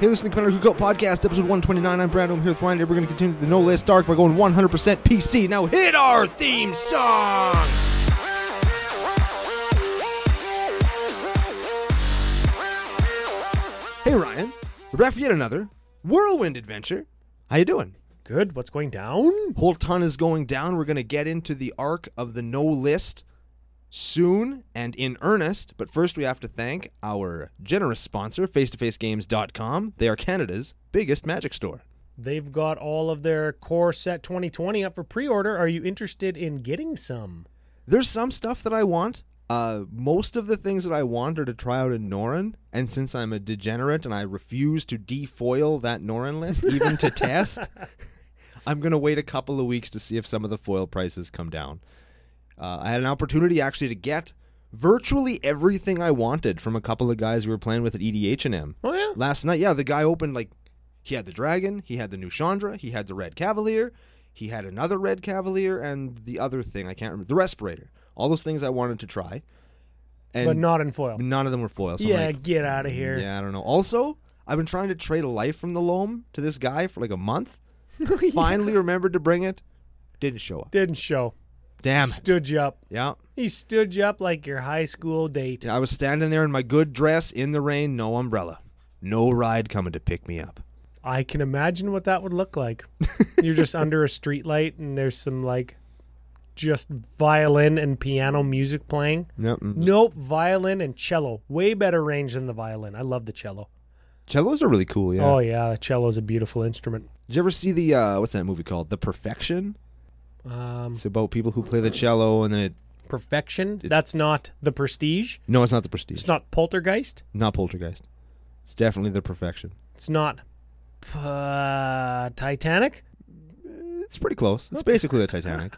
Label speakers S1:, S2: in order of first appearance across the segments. S1: Hey, listening to Commander Who Cult Podcast, episode 129. I'm Brad. I'm here with Ryan. Today We're going to continue the No Less Dark by going 100% PC. Now hit our theme song! Hey, Ryan. We're back for yet another whirlwind adventure. How you doing?
S2: Good. What's going down?
S1: Whole ton is going down. We're going to get into the arc of the No List soon and in earnest. But first, we have to thank our generous sponsor, face2facegames.com. They are Canada's biggest magic store.
S2: They've got all of their core set 2020 up for pre-order. Are you interested in getting some?
S1: There's some stuff that I want. Uh, most of the things that I want are to try out in Norin, and since I'm a degenerate and I refuse to defoil that Norin list, even to test, I'm gonna wait a couple of weeks to see if some of the foil prices come down. Uh, I had an opportunity actually to get virtually everything I wanted from a couple of guys we were playing with at EDH and M
S2: Oh yeah.
S1: last night. Yeah, the guy opened like he had the dragon, he had the new Chandra, he had the red cavalier, he had another red cavalier, and the other thing I can't remember the respirator. All those things I wanted to try, and
S2: but not in foil.
S1: none of them were foil. So I'm
S2: yeah,
S1: like,
S2: get out of here.
S1: yeah, I don't know. Also, I've been trying to trade a life from the loam to this guy for like a month. Finally, remembered to bring it. Didn't show up.
S2: Didn't show.
S1: Damn. it.
S2: Stood you up.
S1: Yeah.
S2: He stood you up like your high school date.
S1: I was standing there in my good dress in the rain, no umbrella, no ride coming to pick me up.
S2: I can imagine what that would look like. You're just under a street light and there's some like just violin and piano music playing.
S1: Yep. mm.
S2: Nope, violin and cello. Way better range than the violin. I love the cello.
S1: Cellos are really cool. Yeah.
S2: Oh yeah, the cello's a beautiful instrument.
S1: Did you ever see the uh, what's that movie called? The Perfection.
S2: Um,
S1: It's about people who play the cello, and then it.
S2: perfection. That's not the prestige.
S1: No, it's not the Prestige.
S2: It's not poltergeist.
S1: not Poltergeist. It's definitely the Perfection.
S2: It's not uh, Titanic.
S1: It's pretty close. It's basically the Titanic.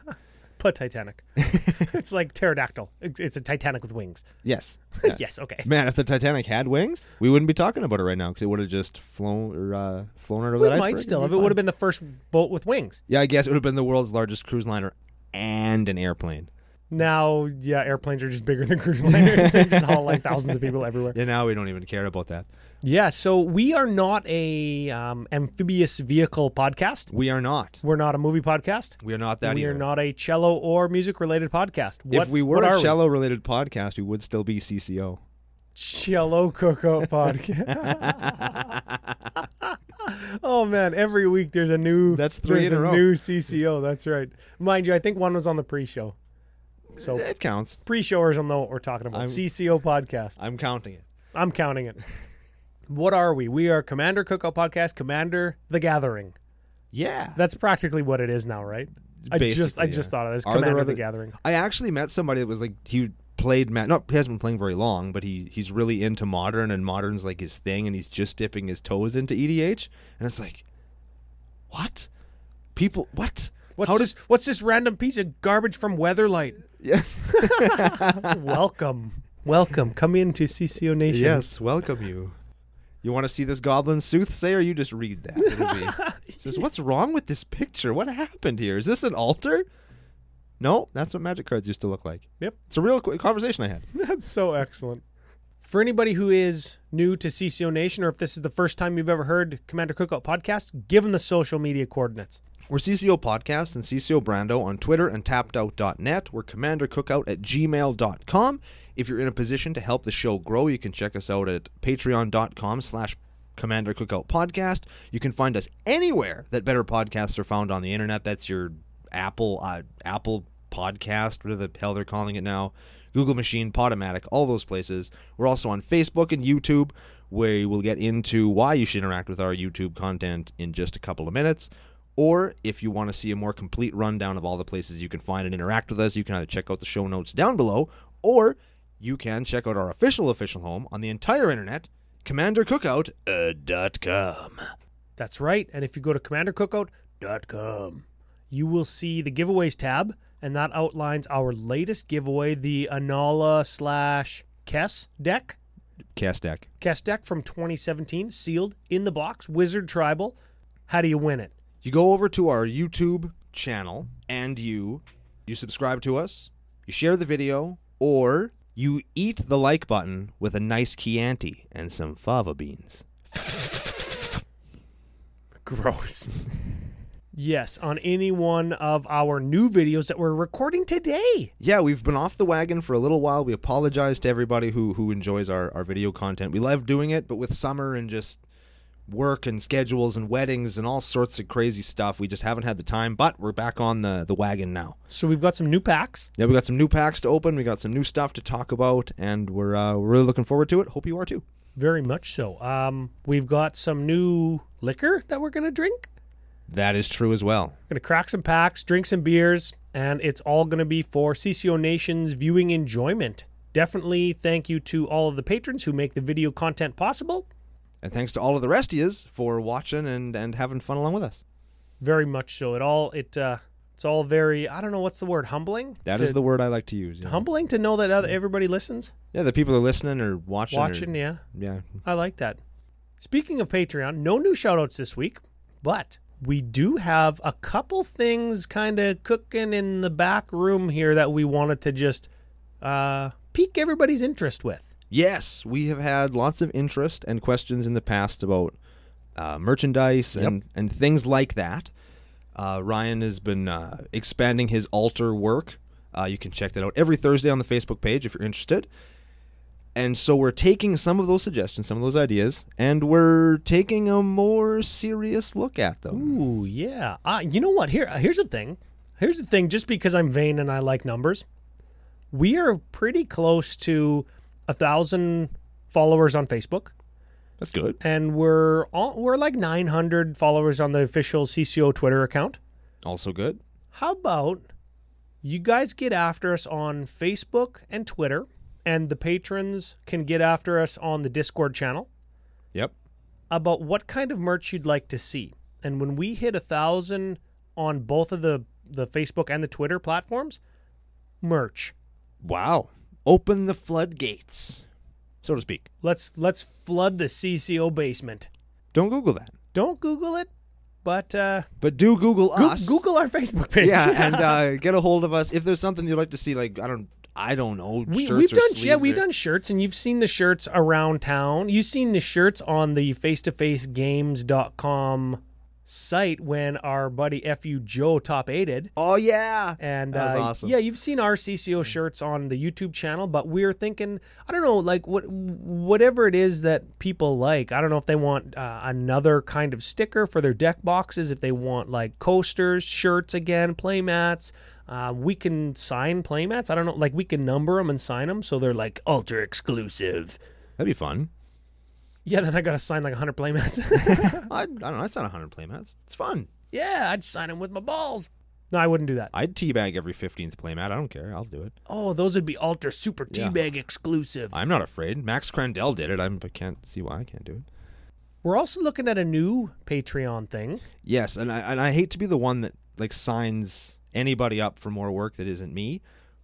S2: Put Titanic. it's like pterodactyl. It's it's a Titanic with wings.
S1: yes.
S2: yes. Okay.
S1: Man, if the Titanic had wings, we wouldn't be talking about it right now because it would have just flown or uh, flown right over
S2: We
S1: that
S2: might
S1: iceberg.
S2: still if it would have been the first boat with wings.
S1: Yeah, I guess it would have been the world's largest cruise liner and an airplane.
S2: Now, yeah, airplanes are just bigger than cruise liners. they just haul like thousands of people everywhere.
S1: And now we don't even care about that.
S2: Yeah. So we are not a um, amphibious vehicle podcast.
S1: We are not.
S2: We're not a movie podcast.
S1: We are not that
S2: we
S1: either.
S2: are not a cello or music related podcast. What,
S1: if we were
S2: what are
S1: a cello-related podcast, we would still be CCO.
S2: Cello Cookout Podcast. oh man, every week there's a new
S1: That's three
S2: there's
S1: in a row.
S2: new CCO. That's right. Mind you, I think one was on the pre-show. So
S1: It counts.
S2: pre-showers will know what we're talking about.
S1: I'm-
S2: CCO podcast.
S1: I'm counting it.
S2: I'm counting it. What are we? We are Commander Cookout Podcast, Commander the Gathering.
S1: Yeah.
S2: That's practically what it is now, right? I just I
S1: Basically,
S2: just
S1: yeah.
S2: thought of this.
S1: Are there
S2: Commander
S1: other-
S2: the Gathering.
S1: I actually met somebody that was like he played Matt. Not he hasn't been playing very long, but he he's really into modern and modern's like his thing, and he's just dipping his toes into EDH, and it's like, what? People, what?
S2: What's
S1: How
S2: this what's this random piece of garbage from Weatherlight?
S1: Yeah.
S2: Welcome. Welcome. Come into CCO Nation.
S1: yes, welcome you. You want to see this goblin soothsayer? You just read that. It'll be- just, what's wrong with this picture? What happened here? Is this an altar? No, that's what magic cards used to look like.
S2: Yep.
S1: It's a real qu- conversation I had.
S2: That's so excellent. For anybody who is new to CCO Nation, or if this is the first time you've ever heard Commander Cookout podcast, give them the social media coordinates.
S1: We're CCO Podcast and CCO Brando on Twitter and tappedout.net. We're commandercookout at gmail.com. If you're in a position to help the show grow, you can check us out at patreon.com slash Commander Cookout Podcast. You can find us anywhere that better podcasts are found on the internet. That's your Apple uh, Apple Podcast, whatever the hell they're calling it now, Google Machine, Podomatic, all those places. We're also on Facebook and YouTube, where we'll get into why you should interact with our YouTube content in just a couple of minutes. Or if you want to see a more complete rundown of all the places you can find and interact with us, you can either check out the show notes down below, or you can check out our official official home on the entire internet, uh, commandercookout.com.
S2: That's right. And if you go to commandercookout.com, you will see the giveaways tab, and that outlines our latest giveaway, the Anala slash Kess deck.
S1: Cast deck.
S2: Kess deck from 2017, sealed in the box, Wizard Tribal. How do you win it?
S1: You go over to our YouTube channel and you you subscribe to us, you share the video, or you eat the like button with a nice Chianti and some fava beans.
S2: Gross. yes, on any one of our new videos that we're recording today.
S1: Yeah, we've been off the wagon for a little while. We apologize to everybody who who enjoys our, our video content. We love doing it, but with summer and just work and schedules and weddings and all sorts of crazy stuff, we just haven't had the time. But we're back on the, the wagon now.
S2: So we've got some new packs.
S1: Yeah, we got some new packs to open. We got some new stuff to talk about, and we're uh, we're really looking forward to it. Hope you are too.
S2: Very much so. Um, we've got some new liquor that we're gonna drink.
S1: That is true as well.
S2: We're gonna crack some packs, drink some beers, and it's all gonna be for CCO Nation's viewing enjoyment. Definitely thank you to all of the patrons who make the video content possible.
S1: And thanks to all of the rest of yous for watching and, and having fun along with us.
S2: Very much so. It all it uh, it's all very I don't know what's the word humbling.
S1: That is
S2: To-
S1: the word I like to use. Yeah,
S2: humbling to know that other, everybody listens,
S1: yeah the people are listening or watching. or-
S2: watching. Yeah,
S1: yeah.
S2: I like that. Speaking of Patreon, no new shout outs this week, but we do have a couple things kind of cooking in the back room here that we wanted to just uh, pique everybody's interest with.
S1: Yes, we have had lots of interest and questions in the past about uh, merchandise and, and things like that. Uh, Ryan has been uh, expanding his altar work. Uh, you can check that out every Thursday on the Facebook page if you're interested. And so we're taking some of those suggestions, some of those ideas, and we're taking a more serious look at them.
S2: Ooh, yeah. Uh, you know what? Here, here's the thing. Here's the thing. Just because I'm vain and I like numbers, we are pretty close to a thousand followers on Facebook.
S1: That's good.
S2: and we're all, we're like 900 followers on the official CCO Twitter account.
S1: Also good.
S2: How about you guys get after us on Facebook and Twitter, and the patrons can get after us on the Discord channel
S1: Yep.
S2: about what kind of merch you'd like to see. And when we hit a thousand on both of the the Facebook and the Twitter platforms, merch.
S1: Wow. Open the floodgates, so to speak.
S2: Let's let's flood the CCO basement.
S1: Don't Google that,
S2: Don't Google it, but uh,
S1: but do Google
S2: Goo-
S1: us.
S2: Google our Facebook page.
S1: yeah, and uh, get a hold of us if there's something you'd like to see. Like I don't, I don't know.
S2: We,
S1: shirts
S2: we've
S1: or
S2: done yeah
S1: sleeves
S2: we've
S1: or-
S2: done shirts and you've seen the shirts around town you've seen the shirts on the face-to-facegames.com site when our buddy fu joe top aided
S1: Oh yeah,
S2: and
S1: That was
S2: uh,
S1: awesome. Mm-hmm.
S2: yeah you've seen our cco shirts on the youtube channel but we're thinking i don't know like what whatever it is that people like i don't know if they want uh, another kind of sticker for their deck boxes if they want like coasters shirts again playmats uh, we can sign playmats i don't know like we can number them and sign them so they're like ultra exclusive
S1: that'd be fun.
S2: yeah then i gotta sign like 100 playmats
S1: I, I don't know. That's not hundred playmats. It's fun.
S2: yeah i'd sign them with my balls no i wouldn't do that
S1: I'd teabag every fifteenth playmat. I don't care. I'll do it.
S2: oh those would be ultra super
S1: Yeah.
S2: teabag exclusive
S1: I'm not afraid. Max Crandell did it. I'm, I can't see why I can't do it.
S2: We're also looking at a new Patreon thing.
S1: Yes, and I and I hate to be the one that like signs anybody up for more work that isn't me.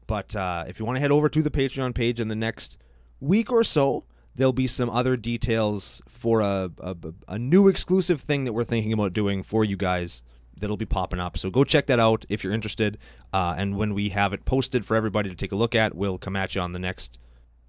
S1: But uh, if you want to head over to the Patreon page in the next week or so, there'll be some other details for a a, a new exclusive thing that we're thinking about doing for you guys. That'll be popping up. So go check that out if you're interested. Uh, and when we have it posted for everybody to take a look at, we'll come at you on the next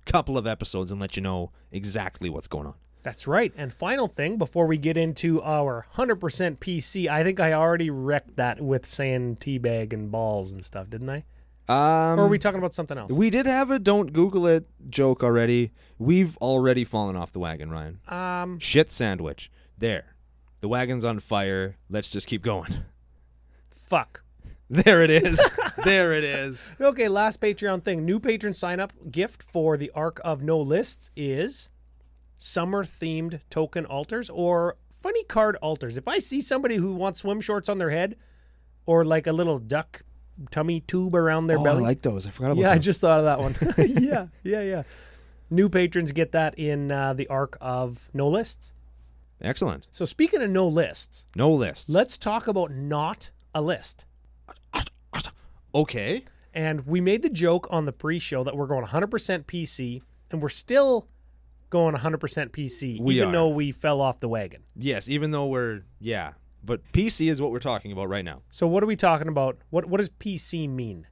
S1: couple of episodes and let you know exactly what's going on.
S2: That's right. And final thing before we get into our 100% PC, I think I already wrecked that with saying teabag and balls and stuff, didn't I?
S1: Um,
S2: Or are we talking about something else?
S1: We did have a don't Google it joke already. We've already fallen off the wagon, Ryan.
S2: um,
S1: Shit sandwich. There. The wagon's on fire. Let's just keep going.
S2: fuck.
S1: There it is. there it is.
S2: Okay, last Patreon thing. New patron sign up gift for the Arc of No Lists is summer themed token altars or funny card altars. If I see somebody who wants swim shorts on their head or like a little duck tummy tube around their belly,
S1: those. Oh, I forgot about
S2: Yeah, I just thought of that one. yeah, yeah, yeah. New patrons get that in uh, the arc of no lists.
S1: Excellent.
S2: So speaking of no lists,
S1: No list.
S2: let's talk about not a list.
S1: okay.
S2: And we made the joke on the pre-show that we're going 100% PC, and we're still going 100% PC,
S1: We
S2: even
S1: are.
S2: though we fell off the wagon.
S1: Yes, even though we're yeah. But PC is what we're talking about right now.
S2: So what are we talking about? What what does PC mean?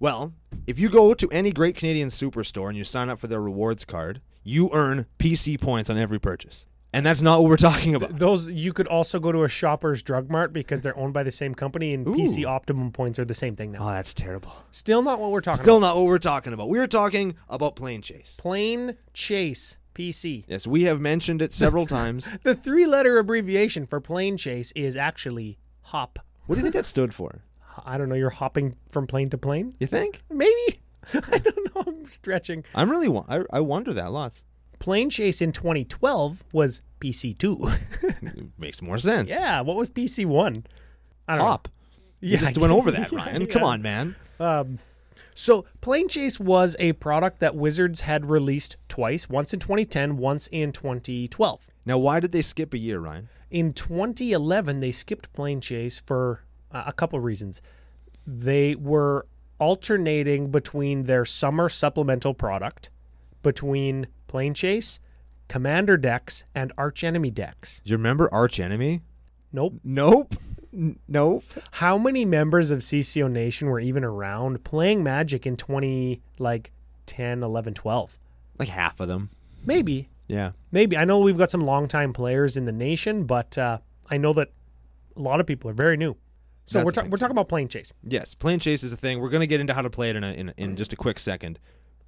S1: Well, if you go to any great Canadian superstore and you sign up for their rewards card, you earn PC points on every purchase. And that's not what we're talking about.
S2: Those you could also go to a Shoppers Drug Mart because they're owned by the same company, and PC
S1: Ooh.
S2: Optimum points are the same thing now.
S1: Oh, that's terrible.
S2: Still not what we're talking
S1: Still
S2: about.
S1: not what we're talking about. We are talking about plane chase.
S2: Plain Chase PC.
S1: Yes, we have mentioned it several times.
S2: The three-letter abbreviation for Plane Chase is actually HOP.
S1: What do you think that stood for?
S2: I don't know. You're hopping from plane to plane,
S1: You think?
S2: maybe. I don't know. I'm stretching.
S1: I'm really. Wa- I, I wonder that lots.
S2: Plane Chase in 2012 was PC two.
S1: Makes more sense.
S2: yeah. What was PC one? I don't
S1: Hop.
S2: know.
S1: You
S2: Yeah,
S1: just went over that,
S2: yeah,
S1: Ryan. Come
S2: yeah.
S1: on, man.
S2: Um, so Plane Chase was a product that Wizards had released twice, once in 2010, once in 2012.
S1: Now, why did they skip a year, Ryan?
S2: In 2011, they skipped Plane Chase for uh, a couple reasons. They were alternating between their summer supplemental product, between Plane Chase, Commander decks, and Arch Enemy decks.
S1: Do you remember Arch Enemy?
S2: Nope.
S1: Nope. N- nope.
S2: How many members of CCO Nation were even around playing Magic in 20 like 10, 11, 12?
S1: Like half of them.
S2: Maybe
S1: Yeah.
S2: Maybe. I know we've got some longtime players in the nation, but uh, I know that a lot of people are very new. So
S1: That's
S2: we're,
S1: a
S2: ta-
S1: big
S2: we're talking about plane chase.
S1: Yes, plane chase is a thing. We're gonna get into how to play it in a, in, in just a quick second.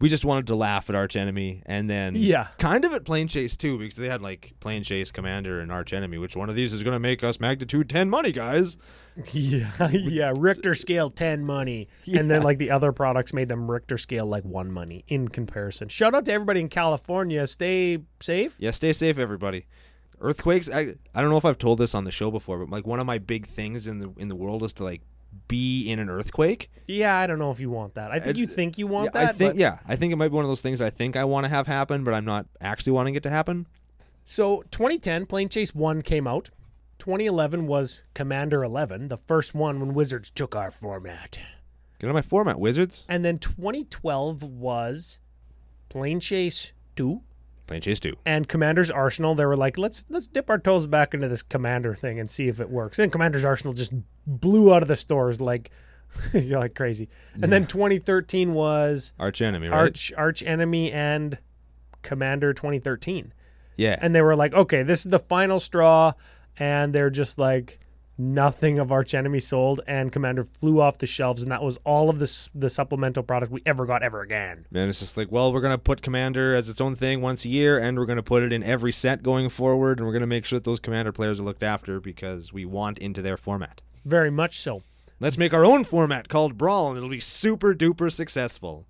S1: We just wanted to laugh at Arch Enemy, and then
S2: Yeah.
S1: kind of at plane chase too, because they had like plane chase commander and Arch Enemy. Which one of these is gonna make us magnitude ten money, guys?
S2: Yeah, yeah. Richter scale 10 money. And then, like, the other products made them Richter scale like one money in comparison. Shout out to everybody in California. Stay safe.
S1: Yeah, stay safe, everybody. Earthquakes. I I don't know if I've told this on the show before, but like one of my big things in the in the world is to like be in an earthquake.
S2: Yeah, I don't know if you want that. I think you think you want
S1: Yeah,
S2: that.
S1: I think
S2: but-
S1: yeah, I think it might be one of those things that I think I want to have happen, but I'm not actually wanting it to happen.
S2: So 2010, Plane Chase 1 came out. 2011 was Commander 11, the first one when Wizards took our format.
S1: Get on my format, wizards.
S2: And then 2012 was Plane Chase 2
S1: Plane chase two.
S2: and Commander's Arsenal. They were like, let's let's dip our toes back into this Commander thing and see if it works. And Commander's Arsenal just blew out of the stores like you're like crazy. And then 2013 was
S1: Arch enemy, right?
S2: Arch Arch Enemy and Commander 2013.
S1: Yeah.
S2: And they were like, okay, this is the final straw. And they're just like, nothing of Arch Enemy sold. And Commander flew off the shelves. And that was all of the, s- the supplemental product we ever got ever again.
S1: And it's just like, well, we're gonna put Commander as its own thing once a year, and we're gonna put it in every set going forward, and we're gonna make sure that those Commander players are looked after because we want into their format.
S2: Very much so.
S1: Let's make our own format called Brawl, and it'll be super duper successful.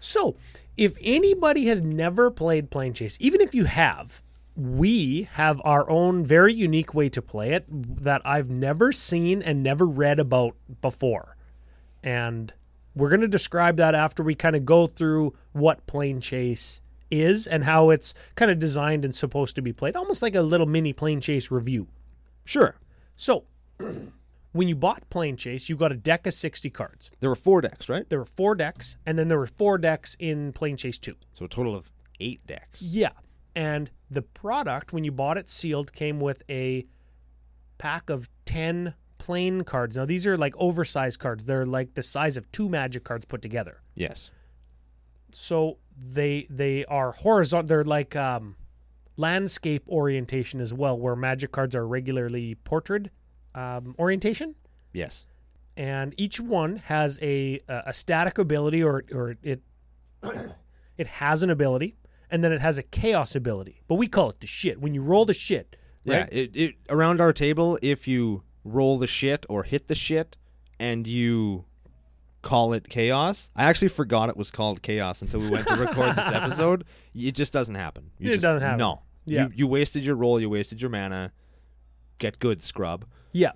S2: So, if anybody has never played Plane Chase, even if you have, we have our own very unique way to play it that I've never seen and never read about before. And we're going to describe that after we kind of go through what Plane Chase is and how it's kind of designed and supposed to be played, almost like a little mini Plane Chase review.
S1: Sure,
S2: So, when you bought Plane Chase, you got a deck of 60 cards.
S1: there were four decks, right?
S2: There were four decks, and then there were four decks in Plane Chase 2.
S1: So a total of eight decks.
S2: Yeah. And the product, when you bought it sealed, came with a pack of 10 plain cards. Now, these are like oversized cards. They're like the size of two magic cards put together.
S1: Yes.
S2: So they they are horizontal. They're like um, landscape orientation as well, where magic cards are regularly portrait um, orientation
S1: Yes.
S2: and each one has a a a static ability or or it it has an ability and then it has a chaos ability but we call it the shit when you roll the shit
S1: Yeah.
S2: right
S1: It, it around our table, if you roll the shit or hit the shit, and you call it chaos. I actually forgot it was called chaos until we went to record this episode. It just doesn't happen. You
S2: It
S1: just,
S2: doesn't happen.
S1: No.
S2: Yeah.
S1: You, you wasted your roll. You wasted your mana. Get good, scrub.
S2: yeah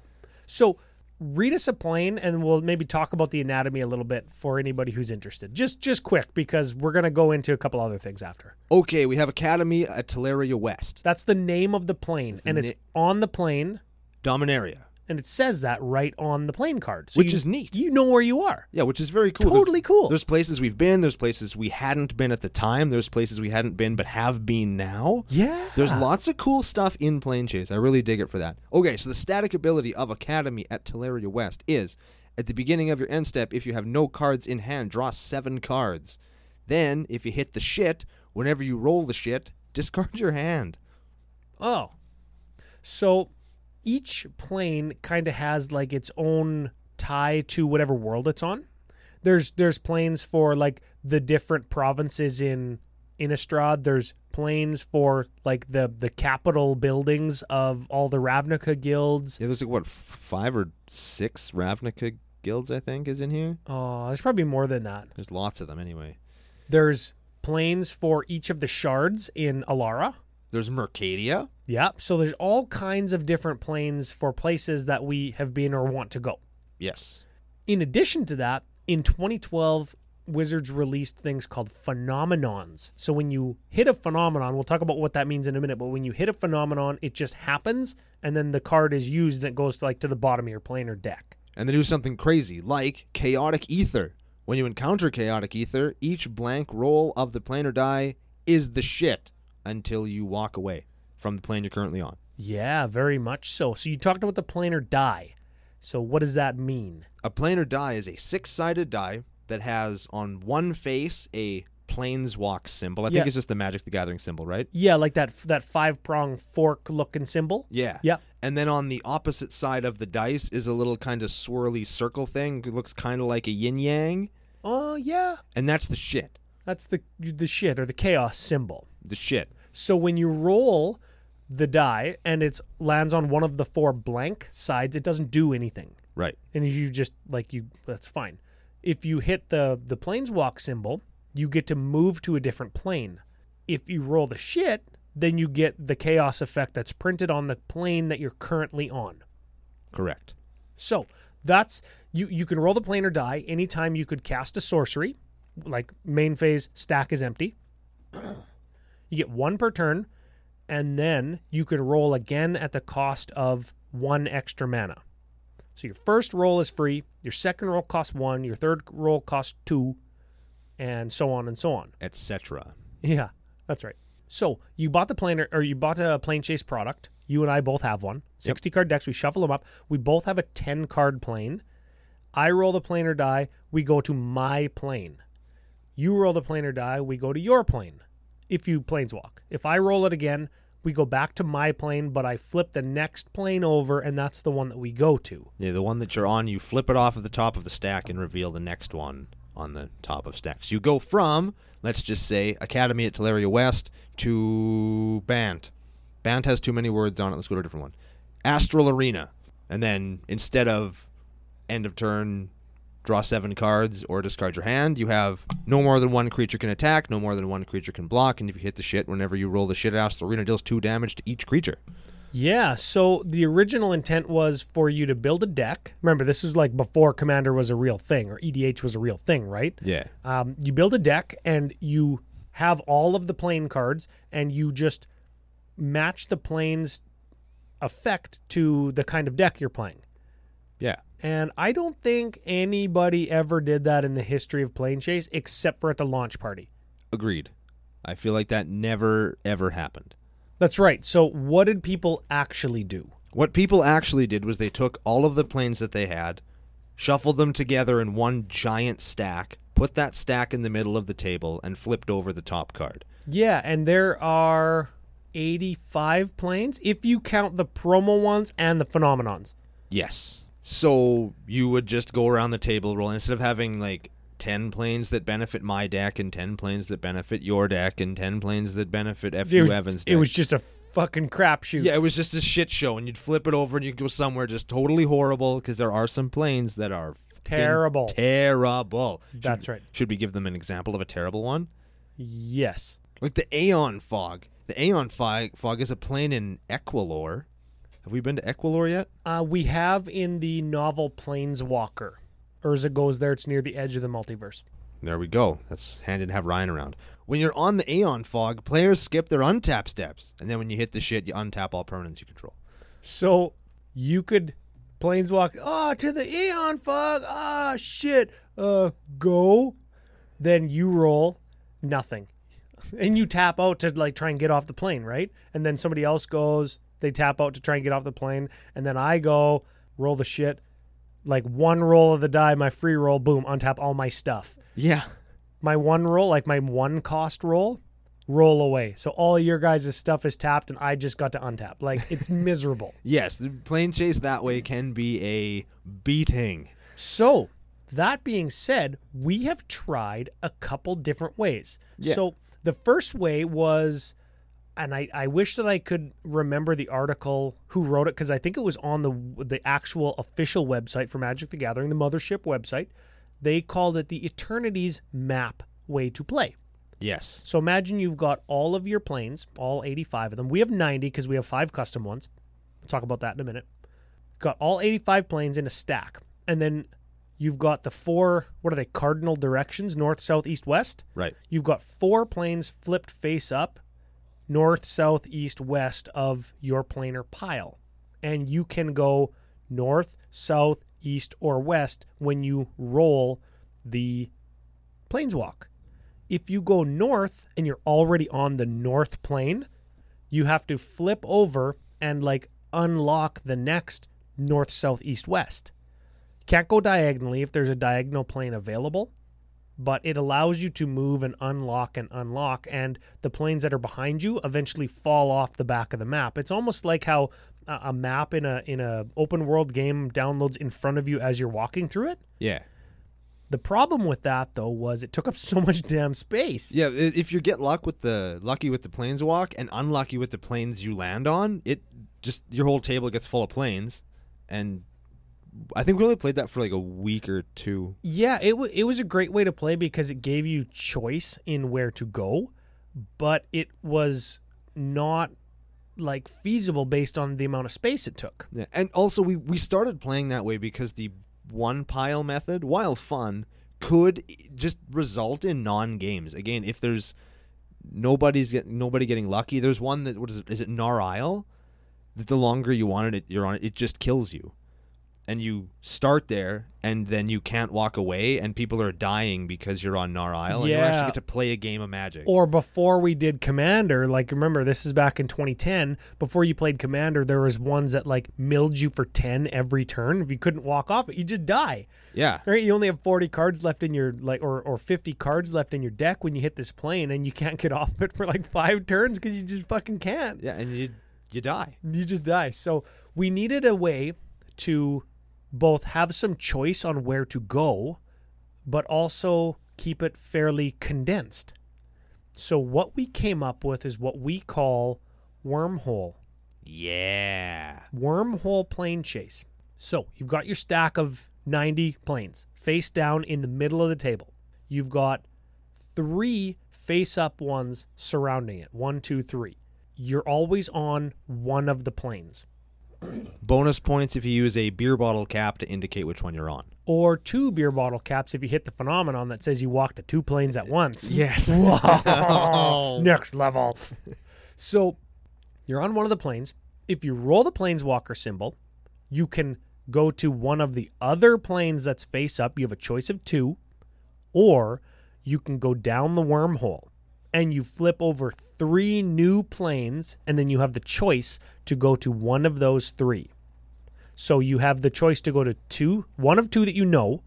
S2: so read us a plane and we'll maybe talk about the anatomy a little bit for anybody who's interested just just quick because we're going to go into a couple other things after
S1: Okay, we have Academy at Teleria West,
S2: that's the name of the plane and it's on the plane
S1: Dominaria,
S2: and it says that right on the plane card so
S1: which
S2: you,
S1: is neat.
S2: you know where you are
S1: Yeah, which is very cool.
S2: Totally
S1: There's-
S2: cool.
S1: There's places we've been. There's places we hadn't been at the time. There's places we hadn't been but have been now.
S2: yeah
S1: There's lots of cool stuff in Plane Chase. I really dig it for that. Okay, so the static ability of Academy at Teleria West is at the beginning of your end step, if you have no cards in hand, draw seven cards. Then, if you hit the shit, whenever you roll the shit, discard your hand.
S2: Oh. So each plane kind of has like its own tie to whatever world it's on. There's there's planes for like the different provinces in Innistrad. There's planes for like the the capital buildings of all the Ravnica guilds.
S1: Yeah, there's like what f- five or six Ravnica guilds, I think, is in here.
S2: Oh, there's probably more than that.
S1: There's lots of them anyway.
S2: There's planes for each of the shards in Alara.
S1: There's Mercadia.
S2: Yep. So there's all kinds of different planes for places that we have been or want to go.
S1: Yes.
S2: In addition to that, in 2012, Wizards released things called phenomenons. So when you hit a phenomenon, we'll talk about what that means in a minute, but when you hit a phenomenon, it just happens and then the card is used and it goes to like to the bottom of your plane or deck.
S1: And they do something crazy, like Chaotic Ether. When you encounter Chaotic Ether, each blank roll of the planar die is the shit until you walk away from the plane you're currently on.
S2: Yeah, very much so. So you talked about the planar die. So what does that mean?
S1: A planar die is a six sided die that has on one face a planeswalk symbol. I
S2: Yeah.
S1: think it's just the Magic the Gathering symbol, right?
S2: Yeah, like that that five prong fork looking symbol.
S1: Yeah.
S2: Yeah.
S1: And then on the opposite side of the dice is a little kind of swirly circle thing. It looks kind of like a yin yang.
S2: Oh yeah,
S1: And that's the shit.
S2: that's the the shit or the chaos symbol.
S1: The shit.
S2: So when you roll the die and it lands on one of the four blank sides, it doesn't do anything.
S1: Right.
S2: And you just like you that's fine. If you hit the the planeswalk symbol, you get to move to a different plane. If you roll the shit, then you get the chaos effect that's printed on the plane that you're currently on.
S1: Correct.
S2: So that's you you can roll the plane or die anytime you could cast a sorcery, like main phase stack is empty. You get one per turn, and then you could roll again at the cost of one extra mana. So your first roll is free, your second roll costs one, your third roll costs two, and so on and so on.
S1: Etc.
S2: Yeah, that's right. So you bought the planer or you bought a plane chase product. You and I both have one. 60 card decks. We shuffle them up. We both have a 10 card plane. I roll the planer die. We go to my plane. You roll the planer die. We go to your plane. If you planeswalk. If I roll it again, we go back to my plane, but I flip the next plane over, and that's the one that we go to.
S1: Yeah, the one that you're on, you flip it off of the top of the stack and reveal the next one on the top of stacks. You go from, let's just say, Academy at Teleria West to Bant. Bant has too many words on it. Let's go to a different one. Astral Arena. And then instead of end of turn, draw seven cards or discard your hand, you have no more than one creature can attack, no more than one creature can block, and if you hit the shit, whenever you roll the shit at Astral Arena, it deals two damage to each creature.
S2: Yeah, so the original intent was for you to build a deck. Remember, this was like before Commander was a real thing or EDH was a real thing, right?
S1: Yeah.
S2: Um, you build a deck and you have all of the plane cards and you just match the plane's effect to the kind of deck you're playing.
S1: Yeah.
S2: And I don't think anybody ever did that in the history of Plane Chase except for at the launch party.
S1: Agreed. I feel like that never ever happened.
S2: That's right. So, what did people actually do?
S1: What people actually did was they took all of the planes that they had, shuffled them together in one giant stack, put that stack in the middle of the table, and flipped over the top card.
S2: Yeah, and there are 85 planes if you count the promo ones and the phenomenons.
S1: Yes. So you would just go around the table roll instead of having like 10 planes that benefit my deck and 10 planes that benefit your deck and 10 planes that benefit
S2: It
S1: FU
S2: was,
S1: Evans deck.
S2: it was just a fucking crapshoot.
S1: yeah, it was just a shit show and you'd flip it over and you'd go somewhere just totally horrible because there are some planes that are fucking
S2: Terrible.
S1: Terrible. Should-
S2: That's right.
S1: Should we give them an example of a terrible one?
S2: Yes.
S1: Like the Aeon Fog. The Aeon Fog, fog is a plane in Equilor. Have we been to Equilor yet?
S2: Uh, we have in the novel Planeswalker. Urza goes there. It's near the edge of the multiverse.
S1: There we go. That's handy to have Ryan around. When you're on the Aeon Fog, players skip their untap steps, and then when you hit the shit, you untap all permanents you control.
S2: So you could planeswalk. Oh, to the Eon Fog. Ah, shit. Uh, go. Then you roll nothing, and you tap out to like try and get off the plane, right? And then somebody else goes. They tap out to try and get off the plane, and then I go roll the shit. Like one roll of the die, my free roll, boom, untap all my stuff.
S1: Yeah.
S2: my one roll, like my one cost roll, roll away. So all your guys' stuff is tapped, and I just got to untap. Like it's miserable.
S1: Yes, the plane chase that way can be a beating.
S2: So, that being said, we have tried a couple different ways.
S1: Yeah.
S2: So, the first way was, and I, I wish that I could remember the article who wrote it because I think it was on the the actual official website for Magic the Gathering, the mothership website. They called it the Eternities Map way to play.
S1: Yes.
S2: So imagine you've got all of your planes, all 85 of them. We have 90 because we have five custom ones. We'll talk about that in a minute. Got all 85 planes in a stack. And then you've got the four, what are they, cardinal directions north, south, east, west.
S1: Right.
S2: You've got four planes flipped face up, north, south, east, west of your planar pile. And you can go north, south, east, or west when you roll the planeswalk. If you go north and you're already on the north plane, you have to flip over and like unlock the next north, south, east, west. Can't go diagonally if there's a diagonal plane available but it allows you to move and unlock and unlock and the planes that are behind you eventually fall off the back of the map it's almost like how a a map in a in a open world game downloads in front of you as you're walking through it
S1: Yeah.
S2: the problem with that though was it took up so much damn space
S1: Yeah, i- if you get luck with the lucky with the planes walk and unlucky with the planes you land on, it just your whole table gets full of planes and I think we only played that for like a week or two.
S2: Yeah, it wa it was a great way to play because it gave you choice in where to go, but it was not like feasible based on the amount of space it took.
S1: Yeah. And also we we started playing that way because the one pile method, while fun, could i- just result in non-games. Again, if there's nobody's get, nobody getting lucky, there's one that what is it? Is it Narile? That the longer you on it, it, you're on it, it just kills you. And you start there, and then you can't walk away, and people are dying because you're on Narile, and you don't
S2: Yeah.
S1: actually get to play a game of Magic.
S2: Or before we did Commander, like remember this is back in 2010. Before you played Commander, there was ones that like milled you for 10 every turn. If you couldn't walk off it, you just die.
S1: yeah,
S2: Right? You only have 40 cards left in your like, or or 50 cards left in your deck when you hit this plane, and you can't get off it for like five turns because you just fucking can't.
S1: yeah, and you you die.
S2: You just die. So we needed a way to both have some choice on where to go, but also keep it fairly condensed. So what we came up with is what we call wormhole
S1: Yeah,
S2: wormhole plane chase. So you've got your stack of 90 planes face down in the middle of the table. You've got three face up ones surrounding it one, two, three. You're always on one of the planes.
S1: bonus points if you use a beer bottle cap to indicate which one you're on.
S2: or two beer bottle caps if you hit the phenomenon that says you walk to two planes at once.
S1: Yes.
S2: Whoa. Next level. So you're on one of the planes. If you roll the planeswalker symbol, you can go to one of the other planes that's face up. You have a choice of two, or you can go down the wormhole and you flip over three new planes, and then you have the choice to go to one of those three. So you have the choice to go to two, one of two that you know,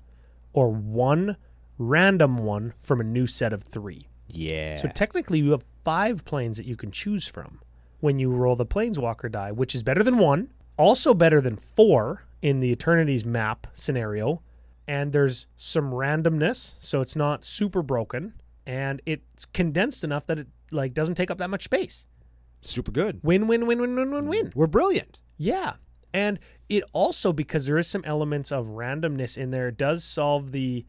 S2: or one random one from a new set of three.
S1: Yeah.
S2: So technically, you have five planes that you can choose from when you roll the planeswalker die, which is better than one, also better than four in the Eternities map scenario. And there's some randomness, so it's not super broken, and it's condensed enough that it like doesn't take up that much space.
S1: super good.
S2: Win, win, win, win, win, win, win.
S1: We're brilliant.
S2: Yeah. And it also because there is some elements of randomness in there it does solve the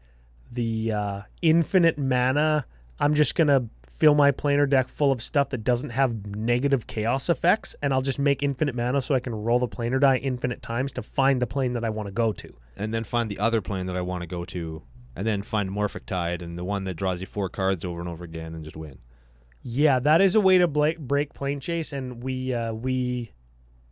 S2: the uh, infinite mana. I'm just gonna fill my planar deck full of stuff that doesn't have negative chaos effects, and I'll just make infinite mana so I can roll the planar die infinite times to find the plane that I want to go to.
S1: And then find the other plane that I want to go to, and then find Morphic Tide and the one that draws you four cards over and over again and just win.
S2: Yeah, that is a way to bla- break plane chase, and we uh, we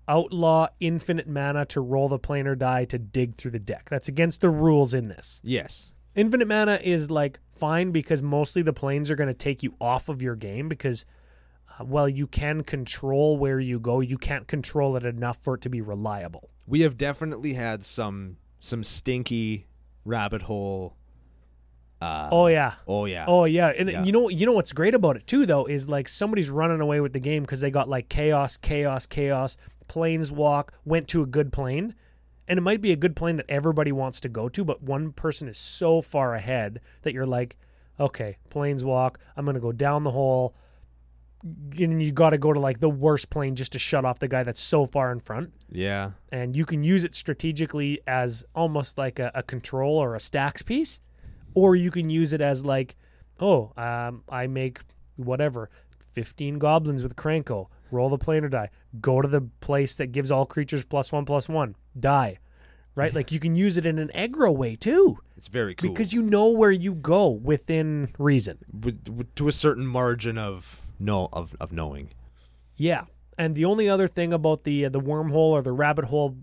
S2: outlaw infinite mana to roll the planar die to dig through the deck. That's against the rules in this.
S1: Yes.
S2: Infinite mana is like fine because mostly the planes are going to take you off of your game because, uh, well, you can control where you go. You can't control it enough for it to be reliable.
S1: We have definitely had some some stinky rabbit hole Uh,
S2: Oh yeah.
S1: oh yeah.
S2: Oh yeah, and
S1: Yeah.
S2: you know you know what's great about it too though is like somebody's running away with the game because they got like chaos, chaos, chaos. Planes walk went to a good plane, and it might be a good plane that everybody wants to go to, but one person is so far ahead that you're like, okay, planes walk. I'm gonna go down the hole, and you got to go to like the worst plane just to shut off the guy that's so far in front
S1: Yeah.
S2: and you can use it strategically as almost like a, a control or a stacks piece, or you can use it as like, oh, um, I make whatever, fifteen goblins with Cranko, roll the planar die, go to the place that gives all creatures plus one plus one, die, right? Like you can use it in an aggro way too,
S1: It's very cool.
S2: because you know where you go within reason.
S1: with, with, to a certain margin of no of, of knowing.
S2: Yeah, and the only other thing about the the wormhole or the rabbit hole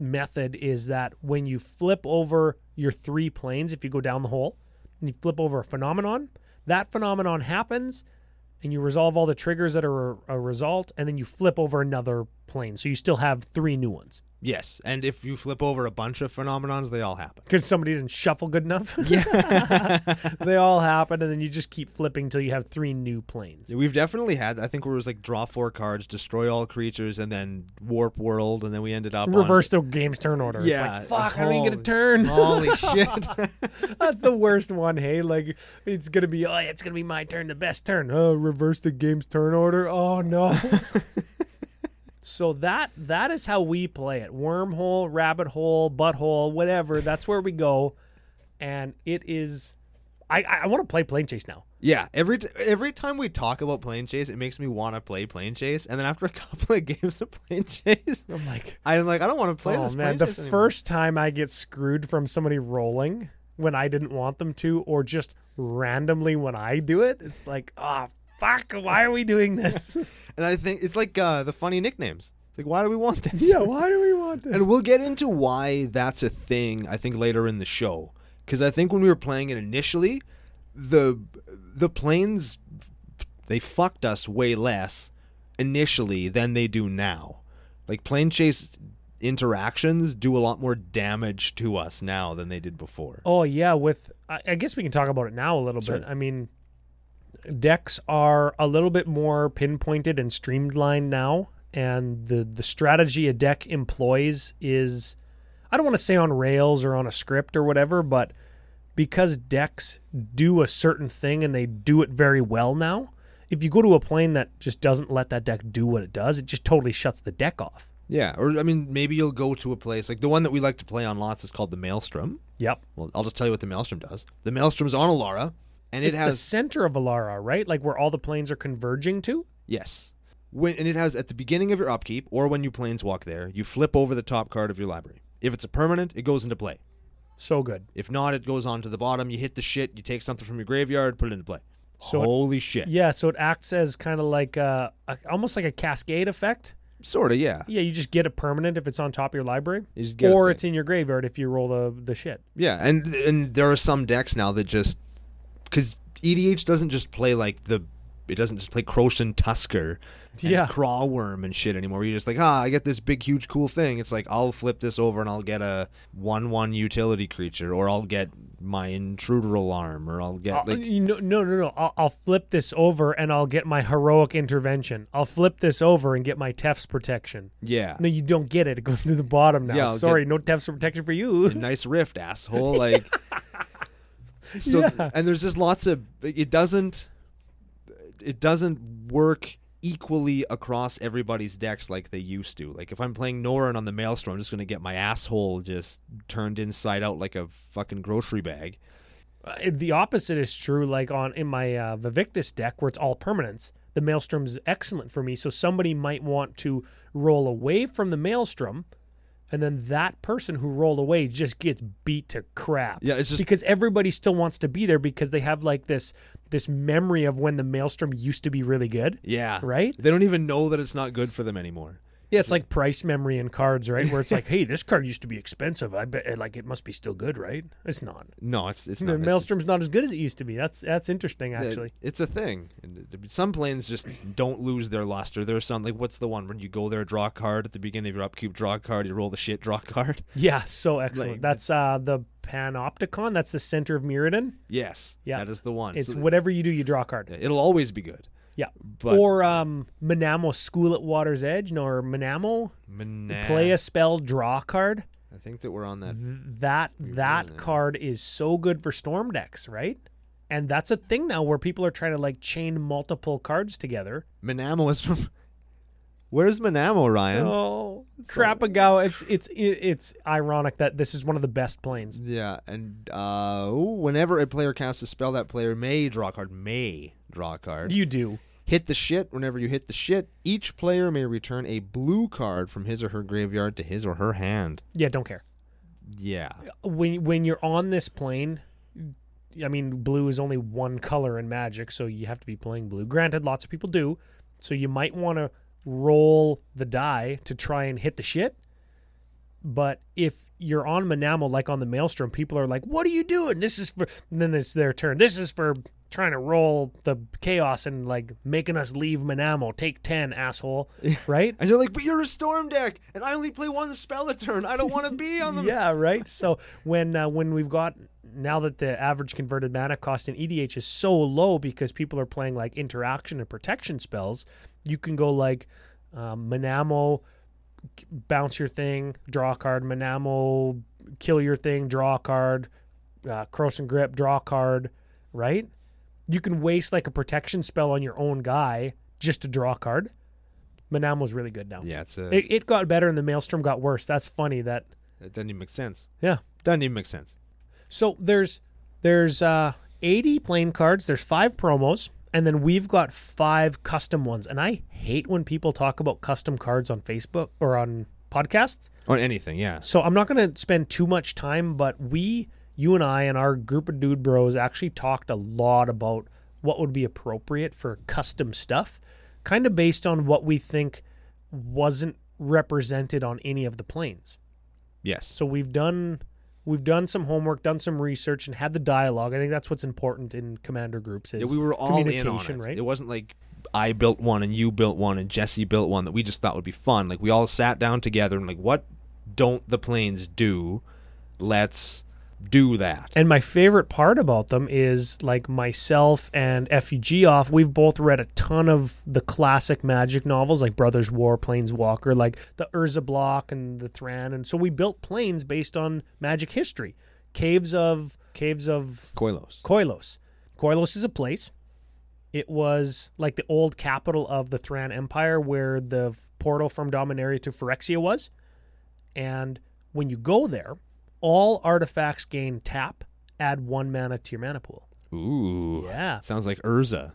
S2: method is that when you flip over your three planes, if you go down the hole, and you flip over a phenomenon, that phenomenon happens, and you resolve all the triggers that are a, a result, and then you flip over another plane, so you still have three new ones
S1: Yes, and if you flip over a bunch of phenomenons, they all happen.
S2: because somebody didn't shuffle good enough. Yeah, they all happen, and then you just keep flipping till you have three new planes.
S1: We've definitely had. I think where it was like draw four cards, destroy all creatures, and then warp world, and then we ended up on-
S2: Reverse the game's turn order. it's
S1: Yeah.
S2: like fuck, I don't even get a
S1: Oh,
S2: turn.
S1: Holy shit!
S2: That's the worst one, hey? Like, it's going to be, oh, it's going to be my turn, the best turn. Oh, reverse the game's turn order. Oh, no. so that that is how we play it. Wormhole, rabbit hole, butthole, whatever. That's where we go. And it is, I, I want to play Plane Chase now.
S1: yeah, every t- every time we talk about plane chase, it makes me want to play plane chase, and then after a couple of games of plane chase,
S2: I'm like,
S1: I'm like, I don't want to play
S2: oh,
S1: this.
S2: man.
S1: plane
S2: The
S1: chase anymore.
S2: first time I get screwed from somebody rolling when I didn't want them to, or just randomly when I do it, it's like, oh, fuck, why are we doing this?
S1: and I think it's like uh, the funny nicknames. It's like, why do we want this?
S2: why do we want this?
S1: And we'll get into why that's a thing. I think later in the show, because I think when we were playing it initially, the the planes they fucked us way less initially than they do now. Like plane chase interactions do a lot more damage to us now than they did before.
S2: oh yeah, with I, I guess we can talk about it now a little
S1: Sure.
S2: bit. I mean, decks are a little bit more pinpointed and streamlined now, and the the strategy a deck employs is I don't want to say on rails or on a script or whatever, but because decks do a certain thing and they do it very well now, if you go to a plane that just doesn't let that deck do what it does, it just totally shuts the deck off.
S1: Yeah, or I mean, maybe you'll go to a place like the one that we like to play on lots is called the Maelstrom.
S2: Yep.
S1: Well, I'll just tell you what the Maelstrom does. The Maelstrom's on Alara, and it
S2: it's the
S1: has
S2: center of Alara, right? Like where all the planes are converging to.
S1: Yes. When, and it has at the beginning of your upkeep or when you planeswalk there, you flip over the top card of your library. If it's a permanent, it goes into play.
S2: So good.
S1: If not, it goes on to the bottom. You hit the shit, you take something from your graveyard, put it into play.
S2: So it-
S1: Holy shit.
S2: Yeah, so it acts as kind of like a, a almost like a cascade effect.
S1: Sort of, yeah.
S2: Yeah, you just get a permanent if it's on top of your library,
S1: You just get a
S2: or
S1: thing.
S2: it's in your graveyard if you roll the the shit.
S1: Yeah, and and there are some decks now that just because EDH doesn't just play like the it doesn't just play Croatian Tusker, and
S2: Yeah.
S1: Crawworm and shit anymore. You're just like, ah, I get this big, huge, cool thing. It's like I'll flip this over and I'll get a one-one utility creature, or I'll get my intruder alarm, or I'll get
S2: I'll-
S1: like
S2: Uh, you know, no, no, no. I'll, I'll flip this over and I'll get my heroic intervention. I'll flip this over and get my Tef's protection.
S1: yeah,
S2: No, you don't get it. It goes to the bottom now.
S1: Yeah, I'll
S2: Sorry, no Tef's protection for you.
S1: nice rift, asshole. Like so,
S2: Yeah.
S1: and there's just lots of it doesn't it doesn't work equally across everybody's decks like they used to. Like if I'm playing Norin on the Maelstrom, I'm just gonna get my asshole just turned inside out like a fucking grocery bag.
S2: Uh, the opposite is true like on in my uh, Vivictus deck where it's all permanents the maelstrom's excellent for me so somebody might want to roll away from the maelstrom and then that person who rolled away just gets beat to crap
S1: Yeah, it's just
S2: because everybody still wants to be there because they have like this this memory of when the maelstrom used to be really good
S1: yeah,
S2: right
S1: They don't even know that it's not good for them anymore.
S2: yeah it's like price memory in cards right where it's like hey this card used to be expensive i bet like it must be still good right it's not
S1: No, it's it's
S2: the
S1: not. It's,
S2: maelstrom's not as good as it used to be that's that's interesting actually
S1: it's a thing. And it- Some planes just don't lose their luster. There's some like what's the one when you go there, draw a card at the beginning of your upkeep, draw a card, you roll the shit, draw a card.
S2: Yeah, so excellent.
S1: Like-
S2: That's uh the Panopticon. That's the center of Mirrodin.
S1: Yes.
S2: Yeah.
S1: That is the one.
S2: It's
S1: So
S2: whatever you do, you draw a card.
S1: it'll always be good.
S2: Yeah.
S1: But-
S2: or um, Manamo School at Water's Edge, no, or Manamo
S1: Nah,
S2: play a spell, draw a card.
S1: I think that we're on that.
S2: That that card is so good for storm decks, right? And that's a thing now where people are trying to like chain multiple cards together.
S1: Manamo is from. Where's Manamo, Ryan?
S2: Oh, Krapagawa! It's it's it's ironic that this is one of the best planes.
S1: Yeah, and uh, ooh, whenever a player casts a spell, that player may draw a card. May draw a card.
S2: You do.
S1: Hit the shit. Whenever you hit the shit, each player may return a blue card from his or her graveyard to his or her hand.
S2: Yeah, don't care.
S1: Yeah.
S2: when when you're on this plane, I mean, blue is only one color in Magic, so you have to be playing blue. Granted, lots of people do, so you might want to roll the die to try and hit the shit. But if you're on Manamo, like on the Maelstrom, people are like, "What are you doing? This is for." And then it's their turn. This is for trying to roll the chaos and like making us leave Manamo. Take ten, asshole. Right?
S1: And you're like, but you're a storm deck, and I only play one spell a turn. I don't want to be on the.
S2: yeah, right. So when uh, when we've got now that the average converted mana cost in EDH is so low because people are playing like interaction and protection spells, you can go like um, Manamo, k- bounce your thing, draw a card. Manamo, kill your thing, draw a card. Uh, Cross and grip, draw a card. Right? You can waste like a protection spell on your own guy just to draw a card. Manamo's really good now.
S1: Yeah, it's uh, a,
S2: It, it got better and the Maelstrom got worse. That's funny that
S1: it doesn't even make sense.
S2: yeah.
S1: Doesn't even make sense.
S2: So there's there's uh 80 playing cards, there's five promos, and then we've got five custom ones. And I hate when people talk about custom cards on Facebook or on podcasts.
S1: On anything, yeah.
S2: So I'm not going to spend too much time, but we, you and I, and our group of dude bros actually talked a lot about what would be appropriate for custom stuff, kind of based on what we think wasn't represented on any of the planes.
S1: Yes.
S2: So we've done we've done some homework, done some research, and had the dialogue. I think that's what's important in commander groups is
S1: Yeah, we were all in on it.
S2: communication, right?
S1: It wasn't like I built one and you built one and Jesse built one that we just thought would be fun. Like we all sat down together and like, what don't the planes do? Let's do that.
S2: And my favorite part about them is like myself and FEG off, we've both read a ton of the classic magic novels like Brothers War, Planeswalker, like the Urza block and the Thran. And so we built planes based on magic history. Caves of caves of
S1: Koilos.
S2: Koilos. Koilos is a place. It was like the old capital of the Thran Empire where the f- portal from Dominaria to Phyrexia was. And when you go there, all artifacts gain tap, add one mana to your mana pool.
S1: Ooh.
S2: Yeah.
S1: Sounds like Urza.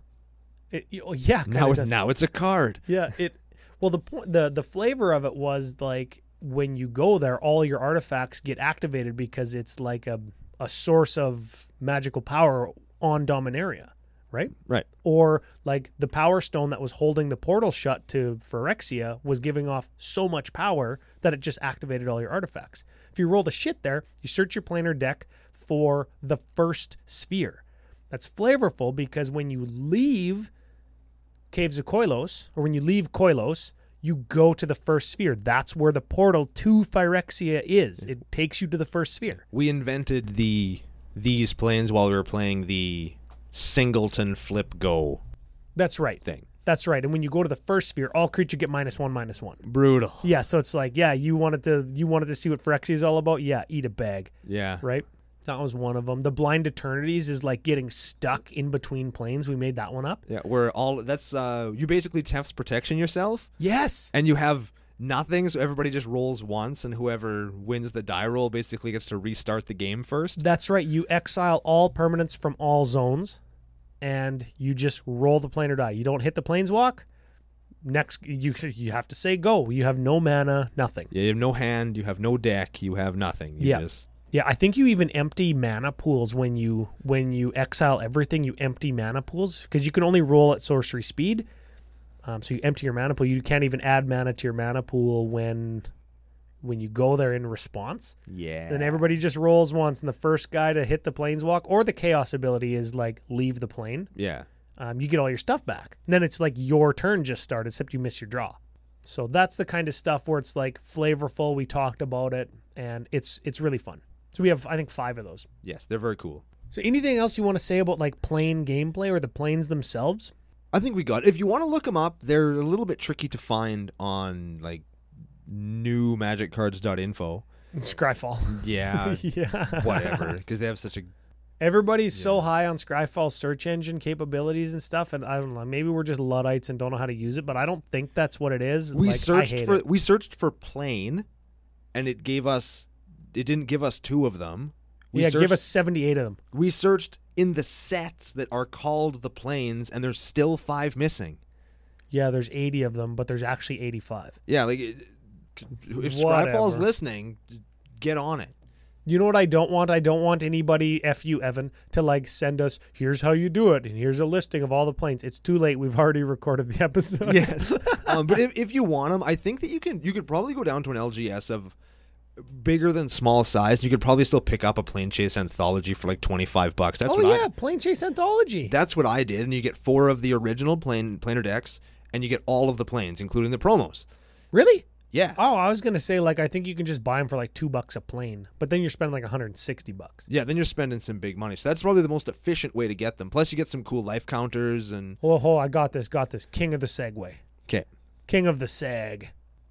S2: It, y- oh, yeah. kinda
S1: Now, it,
S2: does.
S1: now it's a card.
S2: Yeah, it. Well, the point, the the flavor of it was like when you go there, all your artifacts get activated because it's like a a source of magical power on Dominaria, right?
S1: Right.
S2: Or like the power stone that was holding the portal shut to Phyrexia was giving off so much power that it just activated all your artifacts. If you roll the shit there, you search your planar deck for the first sphere. That's flavorful because when you leave Caves of Koilos, or when you leave Koilos, you go to the first sphere. That's where the portal to Phyrexia is. It takes you to the first sphere.
S1: We invented the these planes while we were playing the singleton flip go
S2: That's right.
S1: thing.
S2: That's right. And when you go to the first sphere, all creature get minus one, minus one.
S1: Brutal.
S2: Yeah, so it's like, yeah, you wanted to you wanted to see what Phyrexia is all about. Yeah, eat a bag,
S1: Yeah.
S2: right? That was one of them. The Blind Eternities is like getting stuck in between planes. We made that one up.
S1: Yeah. Where all that's uh you basically Tef's protection yourself.
S2: Yes.
S1: and you have nothing, so everybody just rolls once, and whoever wins the die roll basically gets to restart the game first.
S2: That's right. You exile all permanents from all zones, and you just roll the plane or die. You don't hit the planeswalk. Next, you you have to say go. You have no mana, nothing.
S1: Yeah, you have no hand, you have no deck, you have nothing. You
S2: Yeah.
S1: just-
S2: Yeah, I think you even empty mana pools when you when you exile everything. You empty mana pools because you can only roll at sorcery speed. Um, so you empty your mana pool. You can't even add mana to your mana pool when when you go there in response.
S1: yeah.
S2: Then everybody just rolls once, and the first guy to hit the planeswalk or the chaos ability is like leave the plane.
S1: yeah.
S2: Um, you get all your stuff back. And then it's like your turn just started, except you miss your draw. So that's the kind of stuff where it's like flavorful. We talked about it, and it's it's really fun. So we have I think five of those.
S1: Yes, they're very cool.
S2: So anything else you want to say about like plane gameplay or the planes themselves?
S1: I think we got. If you want to look them up, they're a little bit tricky to find on like new magiccards.info.
S2: Scryfall.
S1: Yeah,
S2: yeah.
S1: Uh, whatever, because they have such a
S2: Everybody's so high on Scryfall's search engine capabilities and stuff, and I don't know. Maybe we're just luddites and don't know how to use it, but I don't think that's what it is.
S1: we
S2: Like, I
S1: searched
S2: hate
S1: for
S2: it.
S1: we searched for plane and it gave us it didn't give us two of them we
S2: yeah,
S1: searched,
S2: give us seventy-eight of them.
S1: we searched in the sets that are called the planes and there's still five missing
S2: Yeah, there's eighty of them, but there's actually eighty-five.
S1: yeah like it, if skyfall's
S2: Whatever.
S1: listening get on it
S2: You know what I don't want? I don't want anybody, f you, Evan, to like send us. Here's how you do it, and here's a listing of all the planes. It's too late. We've already recorded the episode.
S1: yes um, but if, if you want them i think that you can you could probably go down to an lgs of bigger than small size you could probably still pick up a plane chase anthology for like 25 bucks that's
S2: oh
S1: what I,
S2: yeah, plane chase anthology.
S1: That's what I did, and you get four of the original plane planar decks, and you get all of the planes, including the promos.
S2: really?
S1: Yeah,
S2: Oh, I was gonna say like I think you can just buy them for like two bucks a plane, but then you're spending like 160 bucks.
S1: yeah. Then you're spending some big money, so that's probably the most efficient way to get them. Plus, you get some cool life counters and
S2: Oh, ho, I got this, got this. King of the Segway.
S1: okay.
S2: King of the Seg.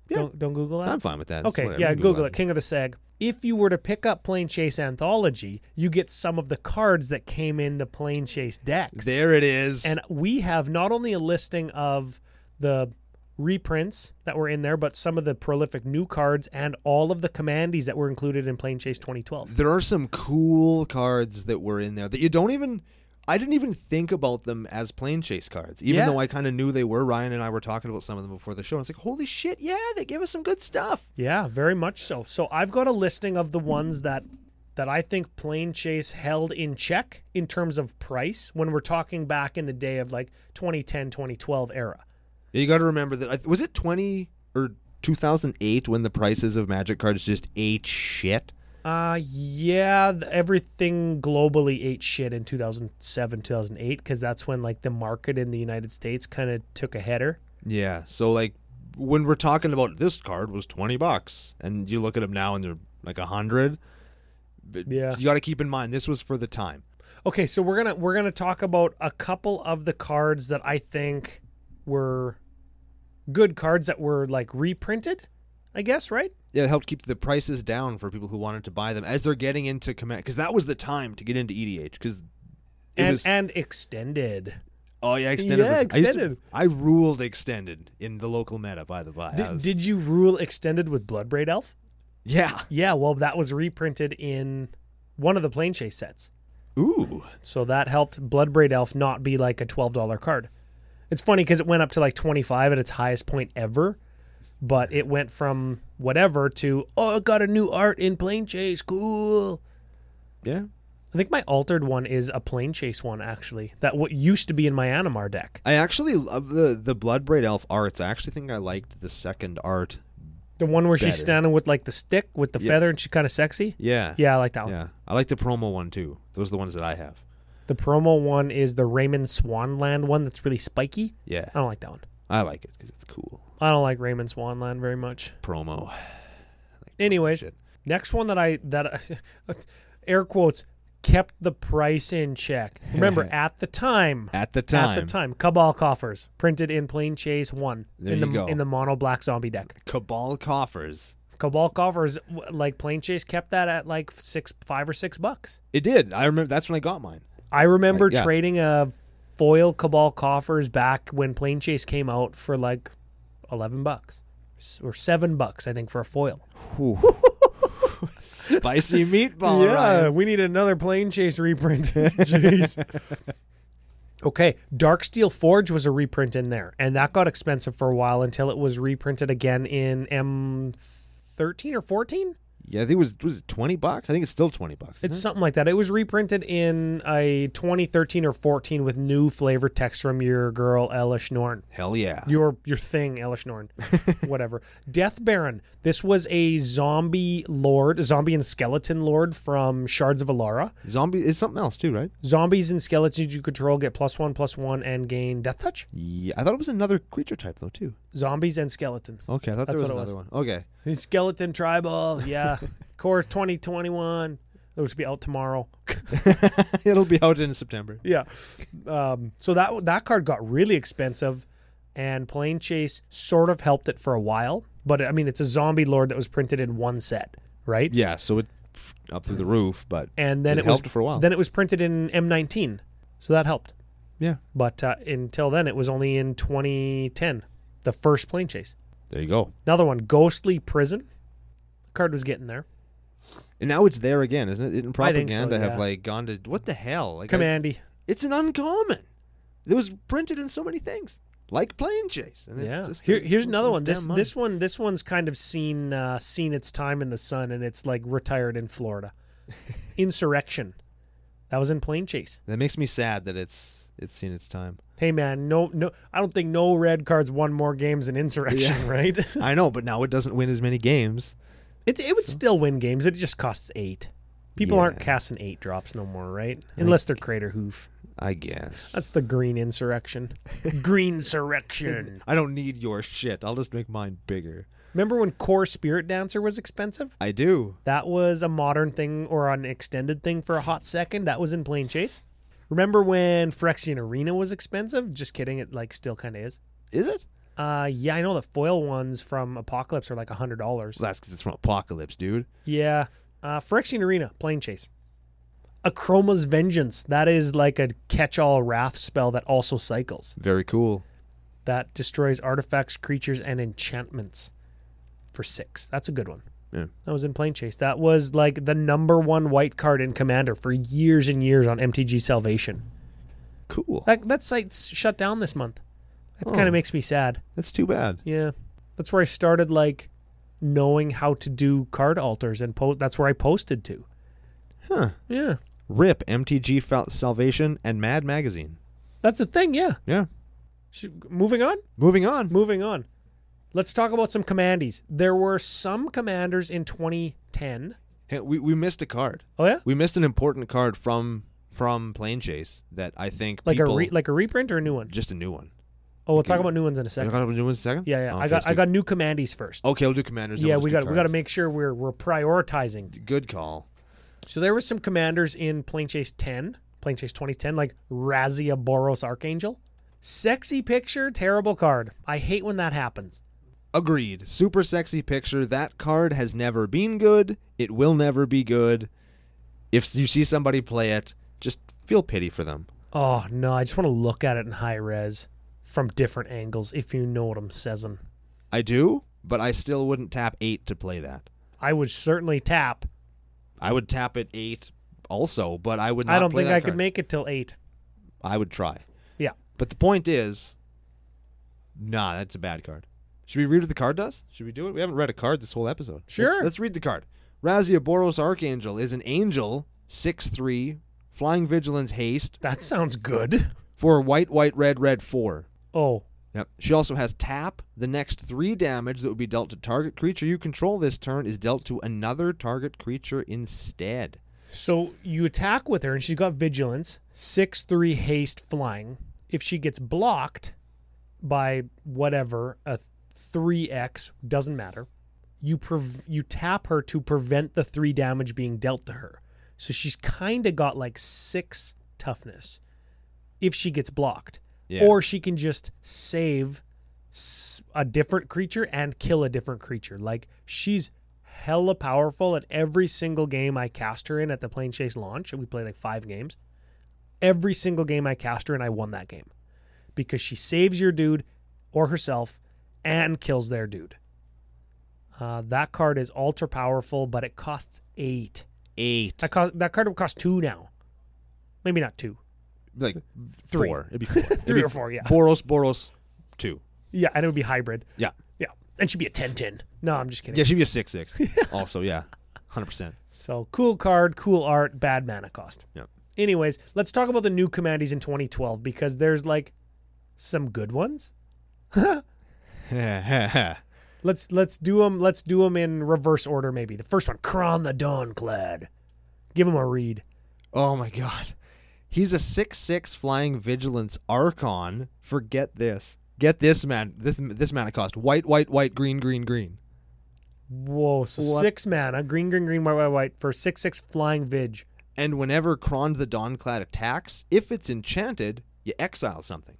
S2: Don't don't Google that.
S1: I'm fine with that. It's
S2: okay,
S1: whatever.
S2: yeah,
S1: You can
S2: Google, it. King of the Seg. If you were to pick up Plane Chase Anthology, you get some of the cards that came in the Plane Chase decks.
S1: There it is.
S2: And we have not only a listing of the reprints that were in there, but some of the prolific new cards and all of the commandees that were included in Plane Chase 2012.
S1: there are some cool cards that were in there that you don't even. I didn't even think about them as plane chase cards, even
S2: Yeah.
S1: though I kind of knew they were. Ryan and I were talking about some of them before the show. And it's like, holy shit, yeah, they gave us some good stuff.
S2: Yeah, very much so. So I've got a listing of the ones that that I think Plane Chase held in check in terms of price when we're talking back in the day of like 2010, 2012 era.
S1: You got to remember that I th- was it twenty or two thousand eight when the prices of Magic cards just ate shit.
S2: Uh yeah, th- everything globally ate shit in 2007, 2008 cuz that's when like the market in the United States kind of took a header.
S1: Yeah, so like when we're talking about this card was twenty bucks, and you look at them now and they're like a hundred. But
S2: Yeah.
S1: you got to keep in mind this was for the time.
S2: Okay, so we're gonna we're gonna talk about a couple of the cards that I think were good cards that were like reprinted, I guess, right?
S1: Yeah, it helped keep the prices down for people who wanted to buy them as they're getting into command because that was the time to get into E EDH because.
S2: and
S1: was,
S2: and extended.
S1: oh yeah, extended. was-
S2: Yeah,
S1: I, used to-
S2: extended.
S1: I ruled extended in the local meta by the by. I
S2: Did,
S1: was-
S2: did you rule extended with Bloodbraid Elf?
S1: yeah.
S2: Yeah, well, that was reprinted in one of the Plane Chase sets,
S1: Ooh.
S2: so that helped Bloodbraid Elf not be like a twelve dollar card. It's funny because it went up to like twenty five at its highest point ever, but it went from whatever to oh, I got a new art in Plane Chase, cool.
S1: Yeah.
S2: I think my altered one is a Plane Chase one actually. That what used to be in my Animar deck.
S1: I actually love the the Bloodbraid Elf arts. I actually think I liked the second art.
S2: The one where she's
S1: Better.
S2: standing with like the stick with the feather and she's kind of sexy.
S1: Yeah.
S2: Yeah, I like that one.
S1: Yeah. I like the promo one too. Those are the ones that I have.
S2: The promo one is the Raymond Swanland one that's really spiky.
S1: Yeah.
S2: I don't like that one.
S1: I like it because it's cool.
S2: I don't like Raymond Swanland very much.
S1: Promo.
S2: Anyways,
S1: Shit.
S2: next one that I that I, air quotes kept the price in check. Remember at the time
S1: At the time.
S2: at the time Cabal coffers printed in Plain Chase 1
S1: There
S2: in
S1: you
S2: the
S1: go.
S2: in the mono black zombie deck.
S1: Cabal coffers.
S2: Cabal coffers w- like Plain Chase kept that at like 6 5 or 6 bucks.
S1: It did. I remember. That's when I got mine.
S2: I remember
S1: yeah.
S2: trading a foil Cabal coffers back when Plane Chase came out for like eleven bucks S- or seven bucks, I think, for a foil.
S1: Spicy meatball. Ryan.
S2: we need another Plane Chase reprint. Jeez. Okay, Dark Steel Forge was a reprint in there, and that got expensive for a while until it was reprinted again in M thirteen or fourteen.
S1: Yeah. I think it was was it twenty bucks. I think it's still twenty bucks.
S2: It's something like that. It was reprinted in a 2013 or 14 with new flavor text from your girl Ella Schnorn.
S1: Hell yeah.
S2: your your thing, Elish Norn, whatever. Death Baron. This was a zombie lord, zombie and skeleton lord from Shards of Alara.
S1: Zombie is something else too, right?
S2: Zombies and skeletons you control get plus one, plus one, and gain death touch.
S1: Yeah. I thought it was another creature type though too.
S2: Zombies and skeletons.
S1: Okay. I thought
S2: That's
S1: there was
S2: what it
S1: another one. Okay.
S2: Skeleton tribal, yeah. Core twenty twenty one. which will be out tomorrow.
S1: It'll be out in September.
S2: yeah. Um, so that that card got really expensive, and Plane Chase sort of helped it for a while. But I mean, it's a zombie lord that was printed in one set, right?
S1: Yeah, so it up through the roof, but
S2: And then
S1: It
S2: it, was
S1: helped for a while.
S2: Then it was printed in M19, so that helped.
S1: yeah,
S2: But uh, until then, it was only in 2010, the first Plane Chase.
S1: there you go.
S2: Another one, Ghostly Prison. Card was getting there.
S1: And now it's there again, isn't it? Didn't
S2: I think so,
S1: propaganda
S2: yeah.
S1: have like gone to what the hell? Like, I-
S2: Commandy.
S1: it's an uncommon. It was printed in so many things, like plane chase. And it's
S2: Yeah.
S1: just
S2: Here,
S1: a-
S2: here's another
S1: a
S2: one. This
S1: damn mon-
S2: this one this one's kind of seen uh, seen its time in the sun, and it's like retired in Florida. Insurrection. That was in Plane Chase.
S1: that makes me sad that it's it's seen its time.
S2: Hey man, no no, I don't think no red cards won more games than Insurrection, right?
S1: I know, but now it doesn't win as many games.
S2: it it would still win games. It just costs eight. People aren't
S1: Yeah.
S2: casting eight drops no more, right? Unless they're Crater Hoof.
S1: I guess.
S2: That's the Green Insurrection. green Insurrection.
S1: I don't need your shit. I'll just make mine bigger.
S2: Remember when Core Spirit Dancer was expensive?
S1: I do.
S2: That was a modern thing or an extended thing for a hot second. That was in Plain Chase. Remember when Phyrexian Arena was expensive? Just kidding, it like still kind of is.
S1: Is it?
S2: Uh, yeah, I know the foil ones from Apocalypse are like a hundred dollars.
S1: Well, that's because it's from Apocalypse, dude.
S2: Yeah, uh, Phyrexian Arena, Plain Chase. Achroma's Vengeance. That is like a catch-all wrath spell that also cycles.
S1: Very cool.
S2: That destroys artifacts, creatures, and enchantments for six. That's a good one.
S1: Yeah.
S2: That was in Plane Chase. That was like the number one white card in Commander for years and years on MTG Salvation.
S1: Cool.
S2: That that site's shut down this month. That kind
S1: Oh.
S2: of makes me sad.
S1: That's too bad.
S2: Yeah, that's where I started like knowing how to do card alters and post. That's where I posted to.
S1: Huh.
S2: Yeah,
S1: Rip MTG Fal- Salvation and Mad Magazine.
S2: that's a thing. Yeah.
S1: Yeah.
S2: Should, moving on.
S1: Moving on.
S2: Moving on. Let's talk about some commandees. There were some commanders in 2010.
S1: Hey, we we missed a card.
S2: Oh yeah,
S1: We missed an important card from from Plane Chase that I think
S2: like
S1: people
S2: a re- like a reprint or a new one.
S1: just a new one.
S2: Oh, we'll talk about new ones in a second.
S1: You got a new one in a second?
S2: Yeah, yeah.
S1: Oh, okay,
S2: I
S1: Oh,
S2: got
S1: let's
S2: I
S1: do-
S2: got new commandees first.
S1: Okay, we'll do commanders. and
S2: yeah,
S1: we'll
S2: we
S1: just
S2: got
S1: do
S2: we got to
S1: cards.
S2: make sure we're we're prioritizing.
S1: Good call.
S2: So there were some commanders in Plane Chase 10, Plane Chase 2010, like Razia Boros Archangel. Sexy picture, terrible card. I hate when that happens.
S1: Agreed. Super sexy picture. That card has never been good. It will never be good. If you see somebody play it, just feel pity for them.
S2: Oh no, I just want to look at it in high res from different angles. If you know what I'm saying,
S1: I do, but I still wouldn't tap eight to play that.
S2: I would certainly tap.
S1: I would tap at eight also, but I would. Not
S2: I don't
S1: play
S2: think
S1: that
S2: I could
S1: card.
S2: make it till eight.
S1: I would try.
S2: Yeah.
S1: But the point is, nah, that's a bad card. Should we read what the card does? Should we do it? We haven't read a card this whole episode. Let's-
S2: Sure.
S1: Let's, read the card. Razia Boros Archangel is an angel, six three, flying vigilance, haste
S2: That sounds good.
S1: for white, white, red, red four.
S2: Oh,
S1: Yep. She also has tap. The next three damage that would be dealt to target creature you control this turn is dealt to another target creature instead.
S2: So you attack with her, and she's got vigilance, six three haste flying. If she gets blocked by whatever a three x doesn't matter, you prev- you tap her to prevent the three damage being dealt to her. So she's kind of got like six toughness if she gets blocked,
S1: Yeah.
S2: or she can just save s- a different creature and kill a different creature. Like she's hella powerful at every single game I cast her in at the Plane Chase launch. and We played like five games. Every single game I cast her in, I won that game because she saves your dude or herself and kills their dude. Uh, that card is ultra powerful, but it costs eight.
S1: Eight.
S2: That, co- that card would cost two now. Maybe not two.
S1: Like
S2: Three.
S1: four. It'd be four. It'd
S2: Three
S1: be
S2: or four, yeah.
S1: Boros, Boros, two.
S2: Yeah, and it would be hybrid.
S1: Yeah.
S2: Yeah. And she'd be a 10 10. No, I'm just kidding.
S1: Yeah, she'd be a six six. also, yeah, hundred percent.
S2: So cool card, cool art, bad mana cost.
S1: Yep.
S2: Anyways, let's talk about the new commandees in 2012 because there's like some good ones.
S1: yeah,
S2: Let's let's do them. Let's do them in reverse order. Maybe the first one, Kron the Dawnclad. Give him a read.
S1: Oh my god, he's a six six flying vigilance archon. Forget this. Get this man. This this mana cost white white white green green green.
S2: Whoa, so
S1: What?
S2: six mana, green, green, green, white, white, white for six, six flying Vig.
S1: And whenever Krond the Dawnclad attacks, if it's enchanted, you exile something.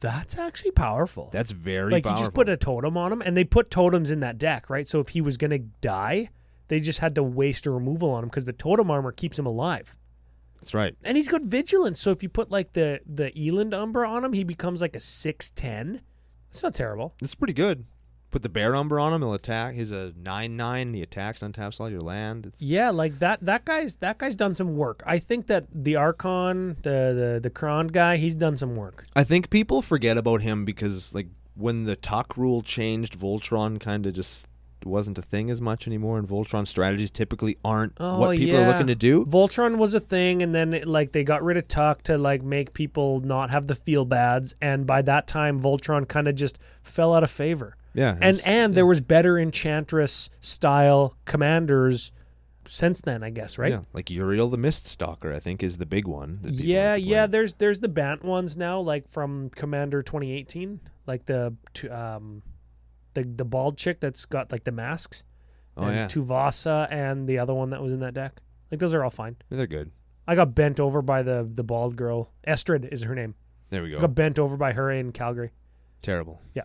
S2: That's actually powerful.
S1: That's very
S2: like
S1: powerful.
S2: you just put a totem on him, and they put totems in that deck, right? So if he was gonna die, they just had to waste a removal on him because the totem armor keeps him alive,
S1: That's right.
S2: and he's got vigilance. So if you put like the the Eland Umbra on him, he becomes like a six ten. It's not terrible.
S1: It's pretty good. Put the bear umber on him, he'll attack. He's a nine nine. He attacks, untaps all your land. It's,
S2: Yeah, like that that guy's that guy's done some work. I think that the Archon, the the the Kron guy, he's done some work.
S1: I think people forget about him because like when the Tuck rule changed, Voltron kind of just wasn't a thing as much anymore, and Voltron strategies typically aren't
S2: Oh,
S1: what people
S2: yeah.
S1: are looking to do.
S2: Voltron was a thing, and then it, like they got rid of Tuck to like make people not have the feel bads, and by that time Voltron kind of just fell out of favor.
S1: Yeah,
S2: And
S1: it's-
S2: and there was better Enchantress style commanders since then, I guess, right?
S1: Yeah, like Uriel the Mist Stalker, I think, is the big one. that people
S2: Yeah,
S1: like to play.
S2: yeah. There's there's the Bant ones now, like from Commander 2018, like the t- um, the the bald chick that's got like the masks,
S1: Oh
S2: and
S1: yeah,
S2: Tuvasa, and the other one that was in that deck. Like those are all fine.
S1: they're good.
S2: I got bent over by the the bald girl. Estrid is her name.
S1: There we go.
S2: I got bent over by her in Calgary.
S1: Terrible.
S2: Yeah.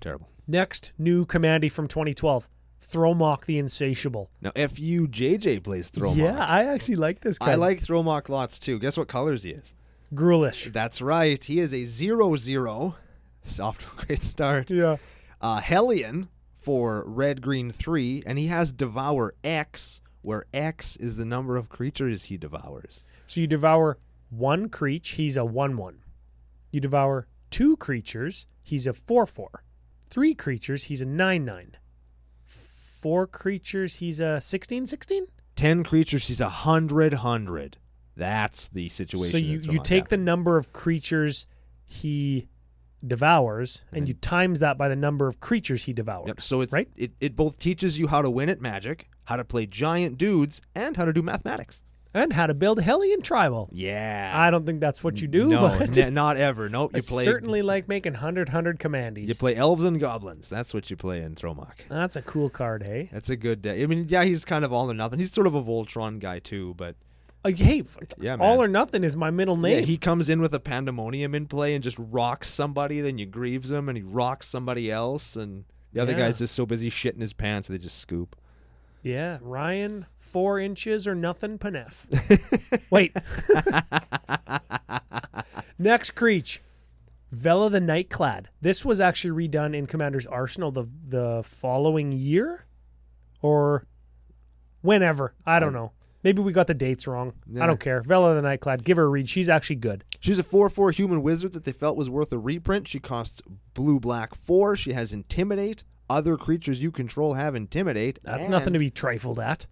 S1: Terrible.
S2: Next new commandy from 2012, Thromok the Insatiable.
S1: Now, FU JJ plays Thromok.
S2: Yeah, I actually like this guy.
S1: I like Thromok lots too. Guess what colors he is?
S2: Gruelish.
S1: That's right. He is a zero zero. Soft to a great start.
S2: Yeah.
S1: Uh, Hellion for red green three, and he has Devour X, where X is the number of creatures he devours.
S2: So you devour one creature, he's a 1 1. You devour two creatures, he's a 4 4. Three creatures, he's a 9 9. Four creatures, he's a 16 16?
S1: Ten creatures, he's a hundred hundred. That's the situation.
S2: So you,
S1: that
S2: you
S1: Thromok
S2: take the
S1: happens.
S2: number of creatures he devours and,
S1: then-
S2: you times that by the number of creatures he devours.
S1: Mm-hmm. Yep. So it's
S2: right?
S1: It, it both teaches you how to win at Magic, how to play giant dudes, and how to do mathematics.
S2: And how to build Hellion Tribal.
S1: Yeah.
S2: I don't think that's what you do,
S1: no,
S2: but
S1: n- not ever. Nope.
S2: I
S1: You play
S2: certainly like making 100 100 commandees.
S1: You play elves and goblins. That's what you play in Thromok.
S2: That's a cool card, hey?
S1: That's a good day. I mean, yeah, he's kind of all or nothing. He's sort of a Voltron guy too, but
S2: Uh, hey, f-
S1: Yeah, man.
S2: all or nothing is my middle
S1: yeah,
S2: name.
S1: he comes in with a pandemonium in play and just rocks somebody. Then you grieves him, and he rocks somebody else, and the other
S2: Yeah.
S1: guy's just so busy shitting his pants they just scoop.
S2: yeah, Ryan, four inches or nothing, Panef. Wait. Next Creech, Vela the Nightclad. This was actually redone in Commander's Arsenal the the following year, or whenever. I don't know. Maybe we got the dates wrong.
S1: Yeah.
S2: I don't care. Vela the Nightclad. Give her a read. She's actually good.
S1: She's a 4 4 human wizard that they felt was worth a reprint. She costs blue black 4. She has intimidate. Other creatures you control have intimidate.
S2: That's nothing to be trifled at.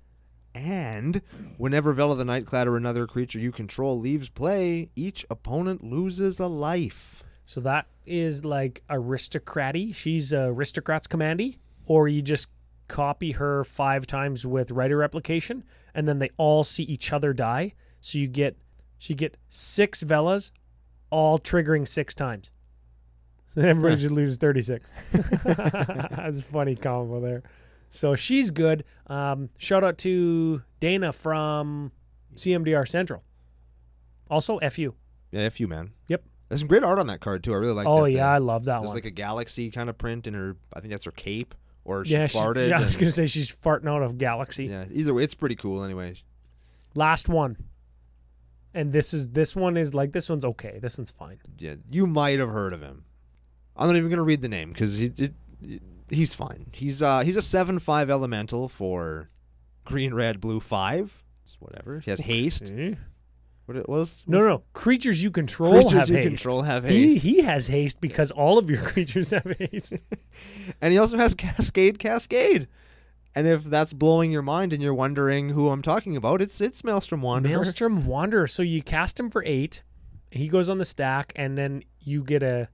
S1: And whenever Vela the Nightclad or another creature you control leaves play, each opponent loses a life.
S2: So that is like aristocraty. She's a aristocrat's commandy, or you just copy her five times with writer replication, and then they all see each other die. So you get so you get six velas, all triggering six times. So everybody just loses thirty six. That's a funny combo there. So she's good. Um, shout out to Dana from CMDR Central. Also, fu.
S1: Yeah, F you, man.
S2: Yep.
S1: There's some great art on that card, too. I really like that.
S2: oh
S1: thing.
S2: yeah, I love that
S1: There's
S2: one.
S1: like a galaxy kind of print in her, I think that's her cape, or she
S2: she-
S1: farted.
S2: yeah, I was
S1: and-
S2: gonna say she's farting out of galaxy.
S1: yeah, either way, it's pretty cool anyway.
S2: Last one, and this is this one is like this one's okay. This one's fine.
S1: Yeah, you might have heard of him. I'm not even gonna read the name because he, he- he's fine. He's uh he's a seven five elemental for green red blue five. It's Whatever. He has haste. What it was?
S2: No, no, no. creatures you control
S1: Creatures
S2: have
S1: you
S2: haste.
S1: control have
S2: He,
S1: haste.
S2: he has haste because all of your creatures have haste.
S1: And he also has cascade cascade. And if that's blowing your mind and you're wondering who I'm talking about, it's it's Maelstrom Wanderer.
S2: Maelstrom Wanderer. So you cast him for eight. He goes on the stack, and then you get a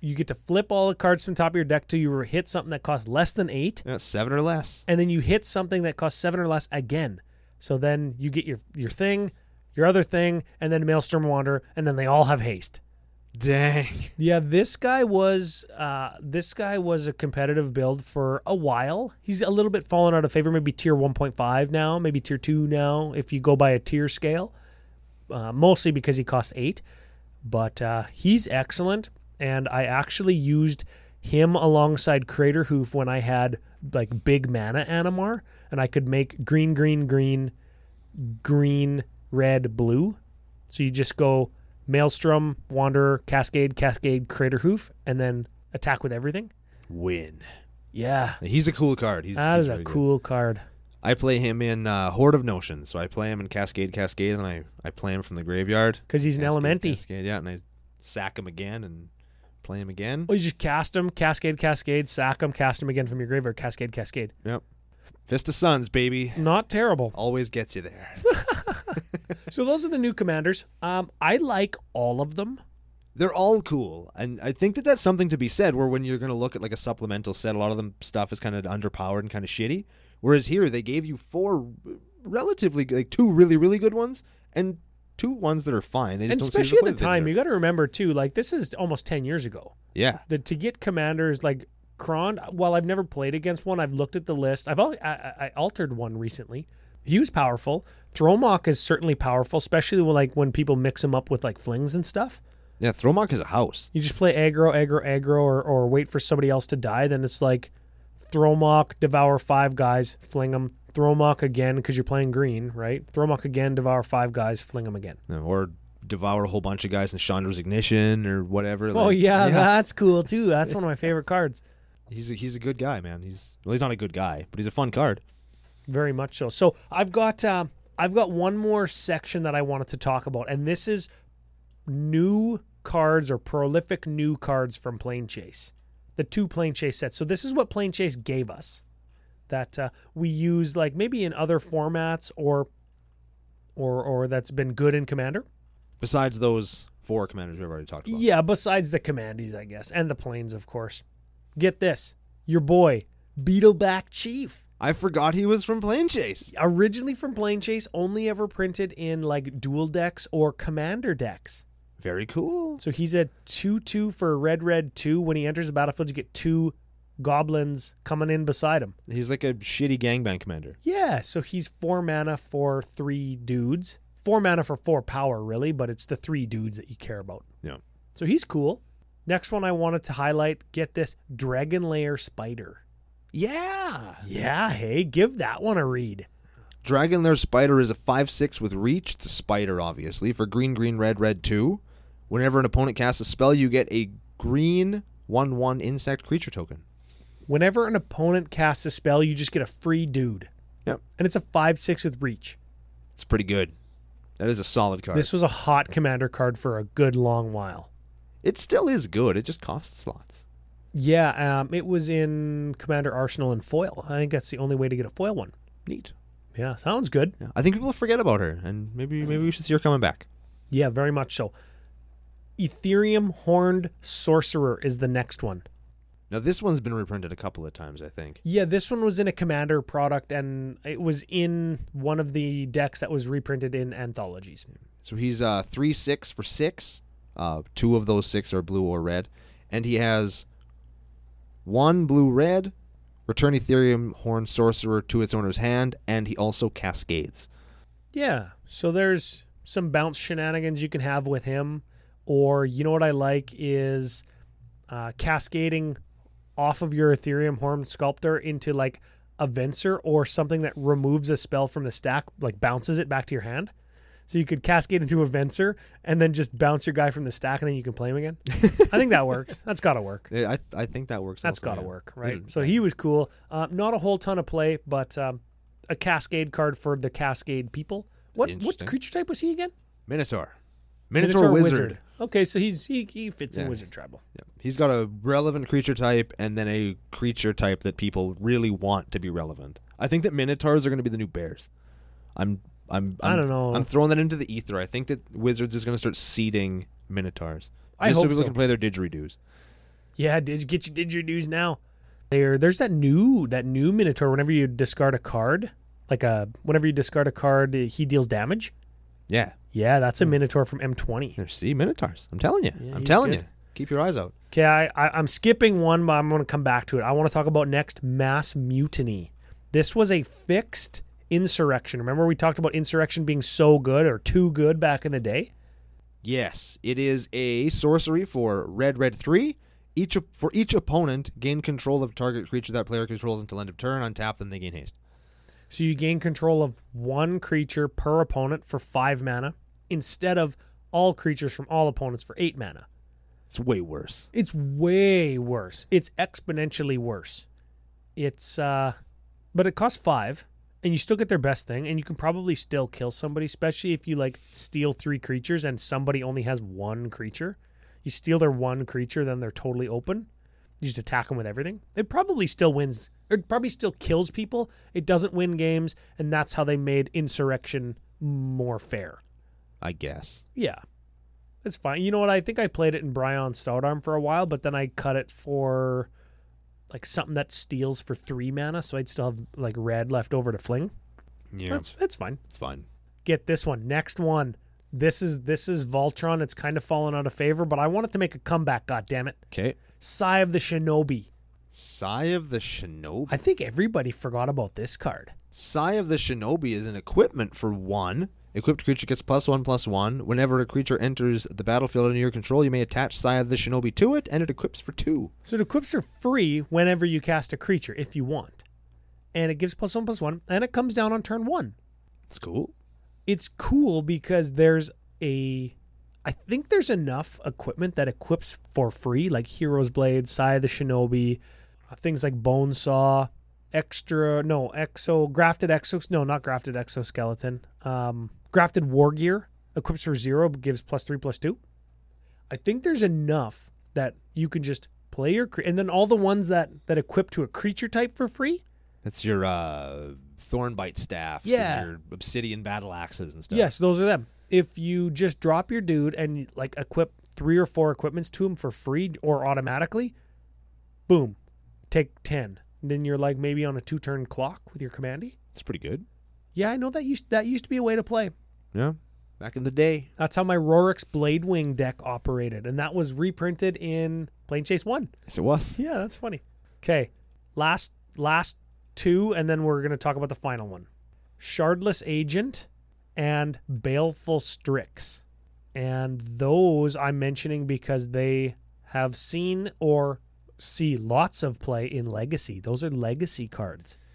S2: you get to flip all the cards from top of your deck till you hit something that costs less than eight.
S1: Yeah, seven or less.
S2: and then you hit something that costs seven or less again. So then you get your your thing, your other thing, and then Maelstrom Wander, and then they all have haste.
S1: Dang.
S2: Yeah, this guy was uh, this guy was a competitive build for a while. He's a little bit fallen out of favor, maybe tier 1.5 now, maybe tier 2 now, if you go by a tier scale, uh, mostly because he costs 8. But uh, he's excellent, and I actually used him alongside Crater Hoof when I had like big mana Animar, and I could make green, green, green, green, red, blue. So you just go Maelstrom, Wanderer, Cascade, Cascade, Crater Hoof, and then attack with everything.
S1: Win.
S2: Yeah.
S1: He's a cool card. He's,
S2: That
S1: he's
S2: is a
S1: really good.
S2: cool card.
S1: I play him in uh, Horde of Notions. So I play him in Cascade, Cascade, and I, I play him from the graveyard.
S2: Because he's an
S1: Cascade,
S2: elementy.
S1: Cascade, yeah, and I sack him again and play him again.
S2: Oh, you just cast him, Cascade, Cascade, sack him, cast him again from your graveyard, Cascade, Cascade.
S1: Yep. Fist of Suns, baby.
S2: Not terrible.
S1: Always gets you there.
S2: so those are the new commanders. Um, I like all of them.
S1: They're all cool. And I think that that's something to be said where when you're going to look at like a supplemental set, a lot of them stuff is kind of underpowered and kind of shitty. Whereas here, they gave you four r- relatively, like two really, really good ones and two ones that are fine. They just
S2: And
S1: don't
S2: especially
S1: seem to
S2: at the
S1: play that
S2: time,
S1: they
S2: you got to remember too, like this is almost 10 years ago.
S1: deserve. Yeah.
S2: the to get commanders like Kron. While I've never played against one, I've looked at the list. I've al- I, I I altered one recently. He was powerful. Thromok is certainly powerful, especially when, like when people mix him up with like flings and stuff.
S1: Yeah, Thromok is a house.
S2: You just play aggro, aggro, aggro, or, or wait for somebody else to die. Then it's like Thromok, devour five guys, fling them. Thromok again because you're playing green, right? Thromok again, devour five guys, fling them again.
S1: Or devour a whole bunch of guys in Chandra's Ignition or whatever.
S2: Oh
S1: like-
S2: yeah, that's cool too. That's one of my favorite cards.
S1: He's a, he's a good guy, man. He's well, he's not a good guy, but he's a fun card.
S2: Very much so. So I've got uh, I've got one more section that I wanted to talk about, and this is new cards or prolific new cards from Plane Chase, the two Plane Chase sets. So this is what Plane Chase gave us that uh, we use like maybe in other formats or or or that's been good in Commander.
S1: Besides those four commanders we've already talked about.
S2: Yeah, besides the commandees, I guess, and the planes, of course. Get this, your boy Beetleback Chief.
S1: I forgot he was from Plane Chase.
S2: originally from Plane Chase, only ever printed in like dual decks or commander decks.
S1: Very cool.
S2: So he's a 2 2 for red, red 2. When he enters the battlefield, you get two goblins coming in beside him.
S1: He's like a shitty gangbang commander.
S2: Yeah, so he's four mana for three dudes. Four mana for four power, really, but it's the three dudes that you care about.
S1: Yeah.
S2: So he's cool. Next one I wanted to highlight get this Dragon Lair Spider.
S1: Yeah.
S2: Yeah, hey, give that one a read.
S1: Dragon Lair Spider is a 5 6 with reach. The spider, obviously, for green, green, red, red 2. Whenever an opponent casts a spell, you get a green 1 1 insect creature token.
S2: Whenever an opponent casts a spell, you just get a free dude.
S1: Yep.
S2: And it's a 5 6 with reach.
S1: It's pretty good. That is a solid card.
S2: This was a hot commander card for a good long while.
S1: It still is good. It just costs lots.
S2: Yeah, um, it was in Commander Arsenal and Foil. I think that's the only way to get a foil one.
S1: Neat.
S2: Yeah, sounds good.
S1: Yeah. I think people forget about her, and maybe maybe we should see her coming back.
S2: Yeah, very much so. Ethereum Horned Sorcerer is the next one.
S1: Now this one's been reprinted a couple of times, I think.
S2: Yeah, this one was in a commander product and it was in one of the decks that was reprinted in anthologies.
S1: So he's uh three six for six. Uh, two of those six are blue or red, and he has one blue red. Return Ethereum Horn Sorcerer to its owner's hand, and he also cascades.
S2: Yeah. So there's some bounce shenanigans you can have with him. Or, you know what I like is uh, cascading off of your Ethereum Horn Sculptor into like a Venser or something that removes a spell from the stack, like bounces it back to your hand. So you could cascade into a Venser and then just bounce your guy from the stack and then you can play him again. I think that works. That's got to work.
S1: Yeah, I I think that works.
S2: That's
S1: also,
S2: got to
S1: yeah.
S2: work, right?
S1: Mm.
S2: So he was cool. Uh, not a whole ton of play, but um, a cascade card for the cascade people. What what
S1: Interesting.
S2: creature type was he again?
S1: Minotaur. Minotaur, wizard.
S2: Okay, so he's he, he fits in
S1: Yeah.
S2: wizard tribal.
S1: Yeah. He's got a relevant creature type and then a creature type that people really want to be relevant. I think that minotaurs are going to be the new bears. I'm I'm,
S2: I
S1: I'm
S2: don't know.
S1: I'm throwing that into the ether. I think that wizards is going to start seeding minotaurs.
S2: I
S1: just so
S2: hope
S1: people
S2: so.
S1: can play their didgeridoos.
S2: Yeah, did you get your did your news now? There there's that new that new minotaur whenever you discard a card, like a whenever you discard a card he deals damage.
S1: Yeah,
S2: Yeah, that's a
S1: Hmm.
S2: Minotaur from M20.
S1: there's sea minotaurs. I'm telling you.
S2: Yeah,
S1: I'm
S2: he's
S1: telling
S2: good.
S1: you. Keep your eyes out.
S2: Okay, I, I, I'm skipping one, but I'm going to come back to it. I want to talk about next mass mutiny. This was a fixed insurrection. Remember, we talked about insurrection being so good or too good back in the day?
S1: Yes, it is a sorcery for red red 3. Each op- for each opponent, gain control of target creature that player controls until end of turn. Untap them, they gain haste.
S2: So you gain control of one creature per opponent for five mana instead of all creatures from all opponents for eight mana.
S1: It's way worse.
S2: It's way worse. It's exponentially worse. It's uh but it costs 5 and you still get their best thing and you can probably still kill somebody especially if you like steal 3 creatures and somebody only has one creature. You steal their one creature then they're totally open. You just attack them with everything. It probably still wins or it probably still kills people. It doesn't win games and that's how they made insurrection more fair.
S1: I guess.
S2: Yeah. It's fine. You know what? I think I played it in Brian Stoutarm for a while, but then I cut it for like something that steals for three mana, so I'd still have like red left over to fling.
S1: Yeah,
S2: That's that's fine.
S1: it's fun.
S2: Get this one. Next one. This is this is Voltron. It's kind of fallen out of favor, but I wanted to make a comeback, god damn it.
S1: Okay.
S2: Sigh of the Shinobi.
S1: Sigh of the Shinobi.
S2: I think everybody forgot about this card.
S1: Sigh of the Shinobi is an equipment for one. Equipped creature gets plus one plus one. Whenever a creature enters the battlefield under your control, you may attach Sigh of the Shinobi to it, and it equips for two.
S2: So the equips are free whenever you cast a creature if you want. And it gives plus one plus one, and it comes down on turn one.
S1: It's cool.
S2: it's cool because there's a I think there's enough equipment that equips for free, like Hero's Blade, Sai the Shinobi, uh, things like Bone Saw, extra no exo grafted exo no not grafted exoskeleton, um, grafted War Gear equips for zero but gives plus three plus two. I think there's enough that you can just play your cre- and then all the ones that that equip to a creature type for free.
S1: That's your uh, Thornbite staffs, and
S2: Yeah.
S1: your Obsidian battle axes and stuff.
S2: Yes, those are them. If you just drop your dude and like equip three or four equipments to him for free or automatically, boom, take ten. Then you're like maybe on a two turn clock with your commandy.
S1: it's pretty good.
S2: Yeah, I know that used that used to be a way to play.
S1: Yeah, back in the day.
S2: That's how my Rorik's Blade Wing deck operated, and that was reprinted in Plane Chase One.
S1: Yes, it was.
S2: Yeah, that's funny. Okay, last last two, and then we're gonna talk about the final one: Shardless Agent and Baleful Strix. And those I'm mentioning because they have seen or see lots of play in Legacy. Those are Legacy cards.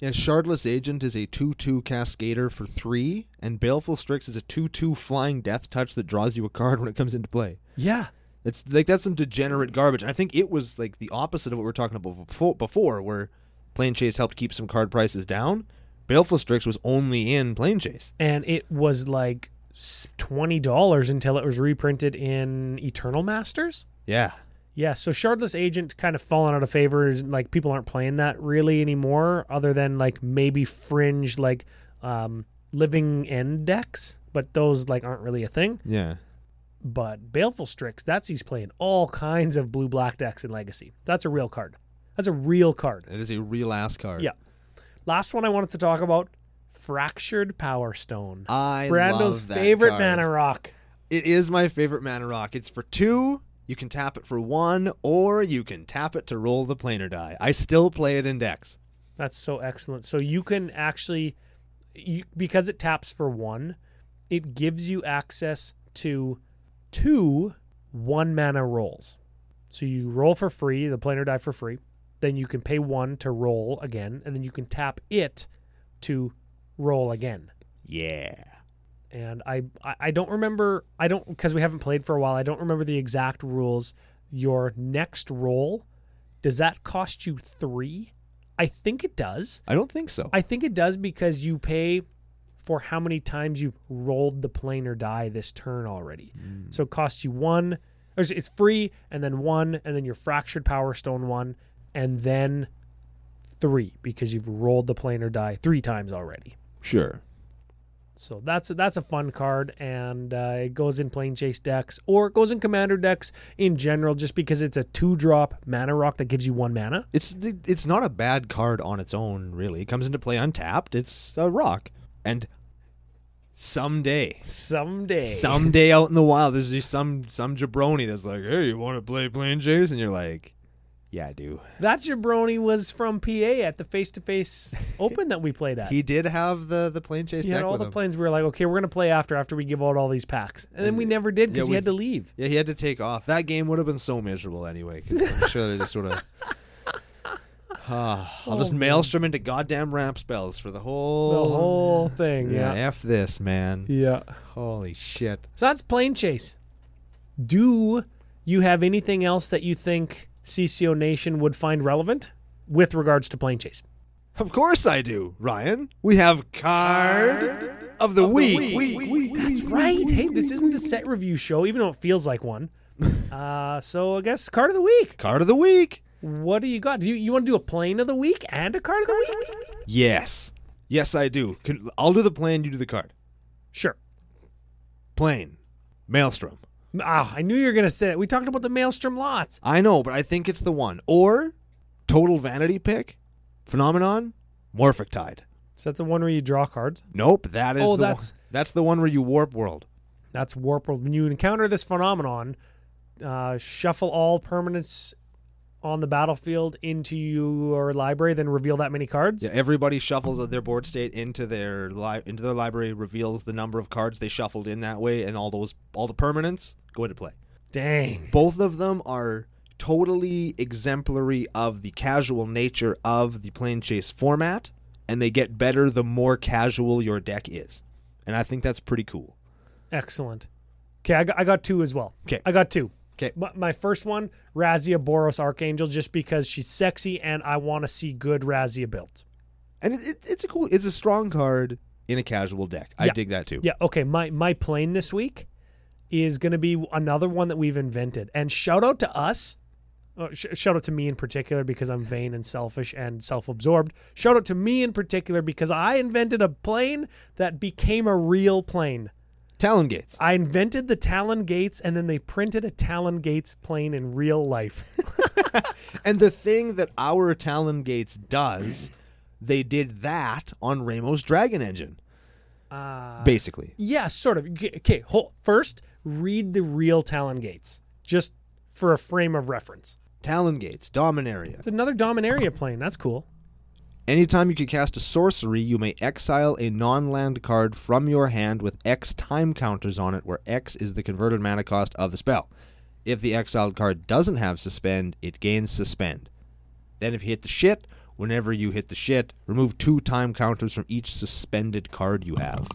S1: Yeah, Shardless Agent is a 2 2 Cascader for 3, and Baleful Strix is a 2 2 Flying Death Touch that draws you a card when it comes into play.
S2: Yeah,
S1: It's like that's some degenerate garbage. And I think it was like the opposite of what we were talking about before, before where Plane Chase helped keep some card prices down. Baleful Strix was only in Plane Chase.
S2: and it was like s- twenty dollars until it was reprinted in Eternal Masters.
S1: Yeah.
S2: Yeah, so Shardless Agent kind of fallen out of favor. Is- Like people aren't playing that really anymore, other than like maybe fringe like um, Living End decks, but those like aren't really a thing.
S1: Yeah.
S2: But Baleful Strix, that's he's playing all kinds of blue black decks in Legacy. That's a real card. That's a real card.
S1: It is a real ass card.
S2: Yeah. Last one I wanted to talk about: Fractured Power Stone,
S1: I
S2: Brando's
S1: love that
S2: favorite
S1: card.
S2: mana rock.
S1: It is my favorite mana rock. It's for two. You can tap it for one, or you can tap it to roll the planar die. I still play it in decks.
S2: That's so excellent. So you can actually, you, because it taps for one, it gives you access to two one mana rolls. So you roll for free, the planar die for free. Then you can pay one to roll again, and then you can tap it to roll again.
S1: Yeah.
S2: And I, I- I don't remember, I don't, because we haven't played for a while, I don't remember the exact rules. Your next roll, does that cost you three? I think it does.
S1: I don't think so.
S2: I think it does because you pay for how many times you've rolled the planar die this turn already. So it costs you one, or it's free, and then one, and then your fractured power stone one, and then three because you've rolled the planar die three times already.
S1: sure.
S2: So that's that's a fun card, and uh, it goes in plain chase decks or it goes in commander decks in general, just because it's a two drop mana rock that gives you one mana.
S1: It's it's not a bad card on its own, really. It comes into play untapped. It's a rock, and someday.
S2: Someday.
S1: Someday out in the wild, there's just some some jabroni that's like, "Hey, you want to play Plain Jays?" And you're like, "Yeah, I do."
S2: that jabroni was from PA at the face to face open that we played at.
S1: He did have the the Plain Chase
S2: he
S1: deck
S2: had all
S1: with
S2: the
S1: him.
S2: planes. We were like, okay, we're gonna play after after we give out all these packs, and then we never did
S1: yeah,
S2: because he
S1: we-
S2: had to leave.
S1: yeah, he had to take off. That game would have been so miserable anyway. 'cause I'm sure they just sort of. I'll just maelstrom into goddamn ramp spells for the
S2: Oh, The
S1: whole.
S2: whole thing.
S1: Oh. yeah,
S2: Yeah.
S1: f this man.
S2: Yeah.
S1: Holy shit.
S2: So that's plane chase. Do you have anything else that you think CCO Nation would find relevant with regards to plane chase?
S1: Of course I do, Ryan. We have card of the week.
S2: That's right. Hey, this isn't a set review show, even though it feels like one. Uh, so I guess card of the week.
S1: Card of the week.
S2: What do you got? Do you, you want to do a plane of the week and a card of the week?
S1: Yes. Yes, I do. Can, I'll do the plane, you do the card.
S2: Sure.
S1: Plane. Maelstrom.
S2: Ah, I knew you were gonna say that. We talked about the Maelstrom lots.
S1: I know, but I think it's the one. Or total vanity pick. Phenomenon. Morphic Tide.
S2: So that's the one where you draw cards.
S1: Nope, that is
S2: Oh,
S1: the
S2: that's-
S1: one. That's the one where you warp world.
S2: That's warp world. When you encounter this phenomenon, uh, shuffle all permanents on the battlefield into your library, then reveal that many cards.
S1: Yeah, everybody shuffles their board state into their li- into their library, reveals the number of cards they shuffled in that way, and all those all the permanents go into play.
S2: Dang.
S1: both of them are totally exemplary of the casual nature of the plane chase format and they get better the more casual your deck is and i think that's pretty cool
S2: Excellent. Okay, I got, I got two as well.
S1: 'Kay.
S2: I got two.
S1: 'Kay.
S2: My, my first one, Razia Boros Archangel, just because she's sexy and I want to see good Razia built.
S1: and it, it, it's a cool it's a strong card in a casual deck i
S2: Yeah.
S1: dig that too
S2: Yeah, okay. My my plane this week is going to be another one that we've invented. And shout out to us. uh, sh- shout out to me in particular because I'm vain and selfish and self-absorbed. Shout out to me in particular because I invented a plane that became a real plane.
S1: talon gates
S2: I invented the Talon Gates and then they printed a Talon Gates plane in real life.
S1: and the thing that our talon gates does they did that on Rainbow's dragon engine
S2: Uh,
S1: basically
S2: yeah, sort of. G- Okay, hold. first read the real Talon Gates just for a frame of reference.
S1: talon gates dominaria
S2: It's another Dominaria plane. That's cool.
S1: Anytime you can cast a sorcery, you may exile a non land card from your hand with X time counters on it, where X is the converted mana cost of the spell. If the exiled card doesn't have suspend, it gains suspend. Then, if you hit the shit, whenever you hit the shit, remove two time counters from each suspended card you have.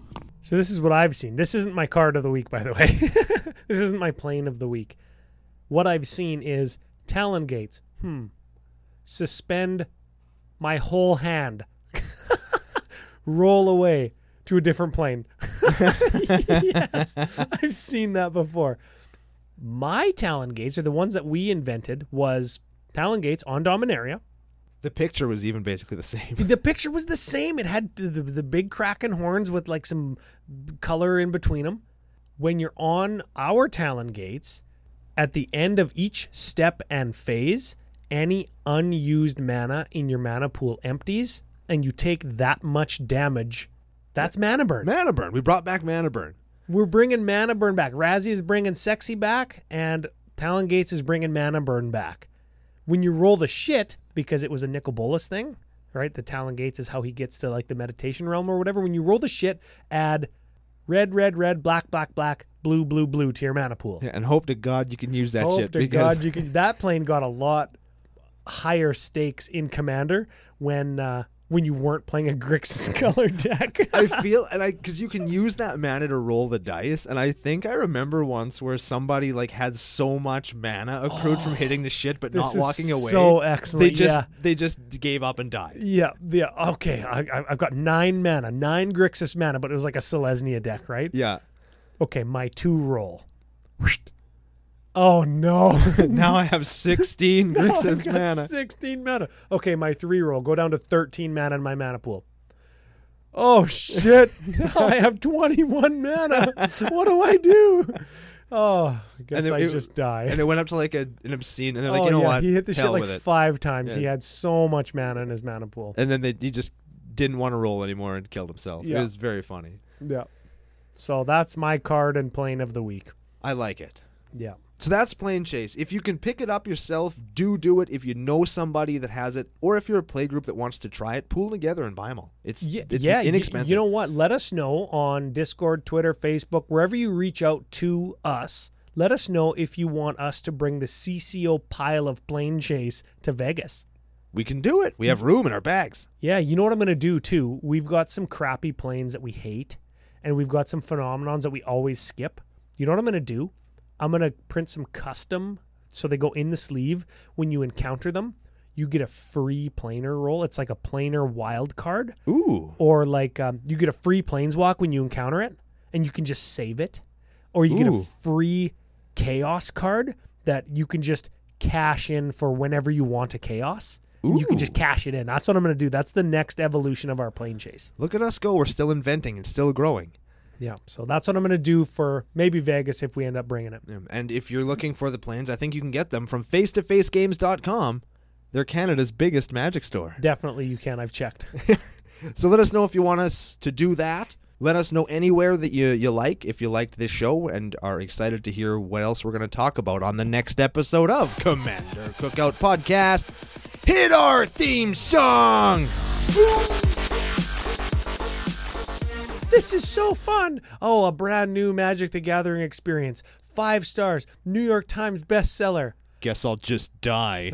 S2: So this is what I've seen. This isn't my card of the week, by the way. this isn't my plane of the week. What I've seen is Talon Gates. Hmm. Suspend my whole hand. Roll away to a different plane. yes, I've seen that before. My Talon Gates are the ones that we invented. Was Talon Gates on Dominaria?
S1: The picture was even basically the same.
S2: The picture was the same. It had the, the, the big kraken horns with like some color in between them. When you're on our Talon Gates, at the end of each step and phase, any unused mana in your mana pool empties, and you take that much damage. That's mana burn.
S1: Mana burn. We brought back mana burn.
S2: We're bringing mana burn back. Razzie is bringing sexy back, and Talon Gates is bringing mana burn back. When you roll the shit, because it was a Nicol Bolas thing, right? The Talon Gates is how he gets to like the meditation realm or whatever. When you roll the shit, add red, red, red, black, black, black, blue, blue, blue to your mana pool.
S1: Yeah, and hope to God you can use that
S2: Hope
S1: shit.
S2: to
S1: because
S2: God you can. That plane got a lot higher stakes in Commander when uh, when you weren't playing a Grixis color deck.
S1: I feel and I because you can use that mana to roll the dice, and I think I remember once where somebody like had so much mana accrued from hitting the shit, but
S2: This
S1: not
S2: is
S1: walking away.
S2: So
S1: they
S2: excellent.
S1: just
S2: yeah.
S1: they just gave up and died.
S2: Yeah, yeah. Okay, I, I- I've got nine mana, nine Grixis mana, but it was like a Selesnya deck, right?
S1: Yeah.
S2: Okay, my two roll. Oh no!
S1: Now I have sixteen Grixis
S2: I've got
S1: mana.
S2: Sixteen mana. Okay, my three roll. Go down to thirteen mana in my mana pool. Oh shit! Now I have twenty-one mana. What do I do? Oh, I guess
S1: it-
S2: I
S1: it-
S2: just die.
S1: And it went up to like a, an obscene, and they're like,
S2: oh
S1: you know
S2: yeah,
S1: what?
S2: he hit the
S1: Hell
S2: shit like
S1: with it.
S2: five times. He
S1: Yeah.
S2: had so much mana in his mana pool.
S1: And then they, he just didn't want to roll anymore and killed himself. It
S2: Yeah.
S1: was very funny.
S2: Yeah. So that's my card and plane of the week.
S1: I like it.
S2: Yeah.
S1: So that's Plane Chase. If you can pick it up yourself, do do it. If you know somebody that has it, or if you're a play group that wants to try it, pool together and buy them all. It's,
S2: Yeah,
S1: it's
S2: yeah, y-
S1: inexpensive.
S2: You know what? Let us know on Discord, Twitter, Facebook, wherever you reach out to us. Let us know if you want us to bring the CCO pile of plane chase to Vegas.
S1: we can do it. We have room in our bags.
S2: Yeah, you know what I'm going to do too? We've got some crappy planes that we hate, and we've got some phenomenons that we always skip. You know what I'm going to do? I'm going to print some custom so they go in the sleeve. When you encounter them, you get a free planer roll. It's like a planer wild card
S1: Ooh.
S2: or like um, you get a free planeswalk when you encounter it, and you can just save it, or you get a
S1: Ooh.
S2: free chaos card that you can just cash in for whenever you want a chaos. and You can just
S1: Ooh.
S2: cash it in. That's what I'm going to do. That's the next evolution of our plane chase.
S1: Look at us go. We're still inventing and still growing.
S2: Yeah. So that's what I'm going to do for maybe Vegas if we end up bringing it.
S1: Um, And if you're looking for the planes, I think you can get them from face-to-facegames.com. They're Canada's biggest magic store.
S2: Definitely, you can. I've checked.
S1: So let us know if you want us to do that. Let us know anywhere that you, you like if you liked this show and are excited to hear what else we're going to talk about on the next episode of Commander Cookout Podcast. Hit our theme song!
S2: This is so fun. Oh, a brand new Magic the Gathering experience. Five stars. New York Times bestseller.
S1: Guess I'll just die.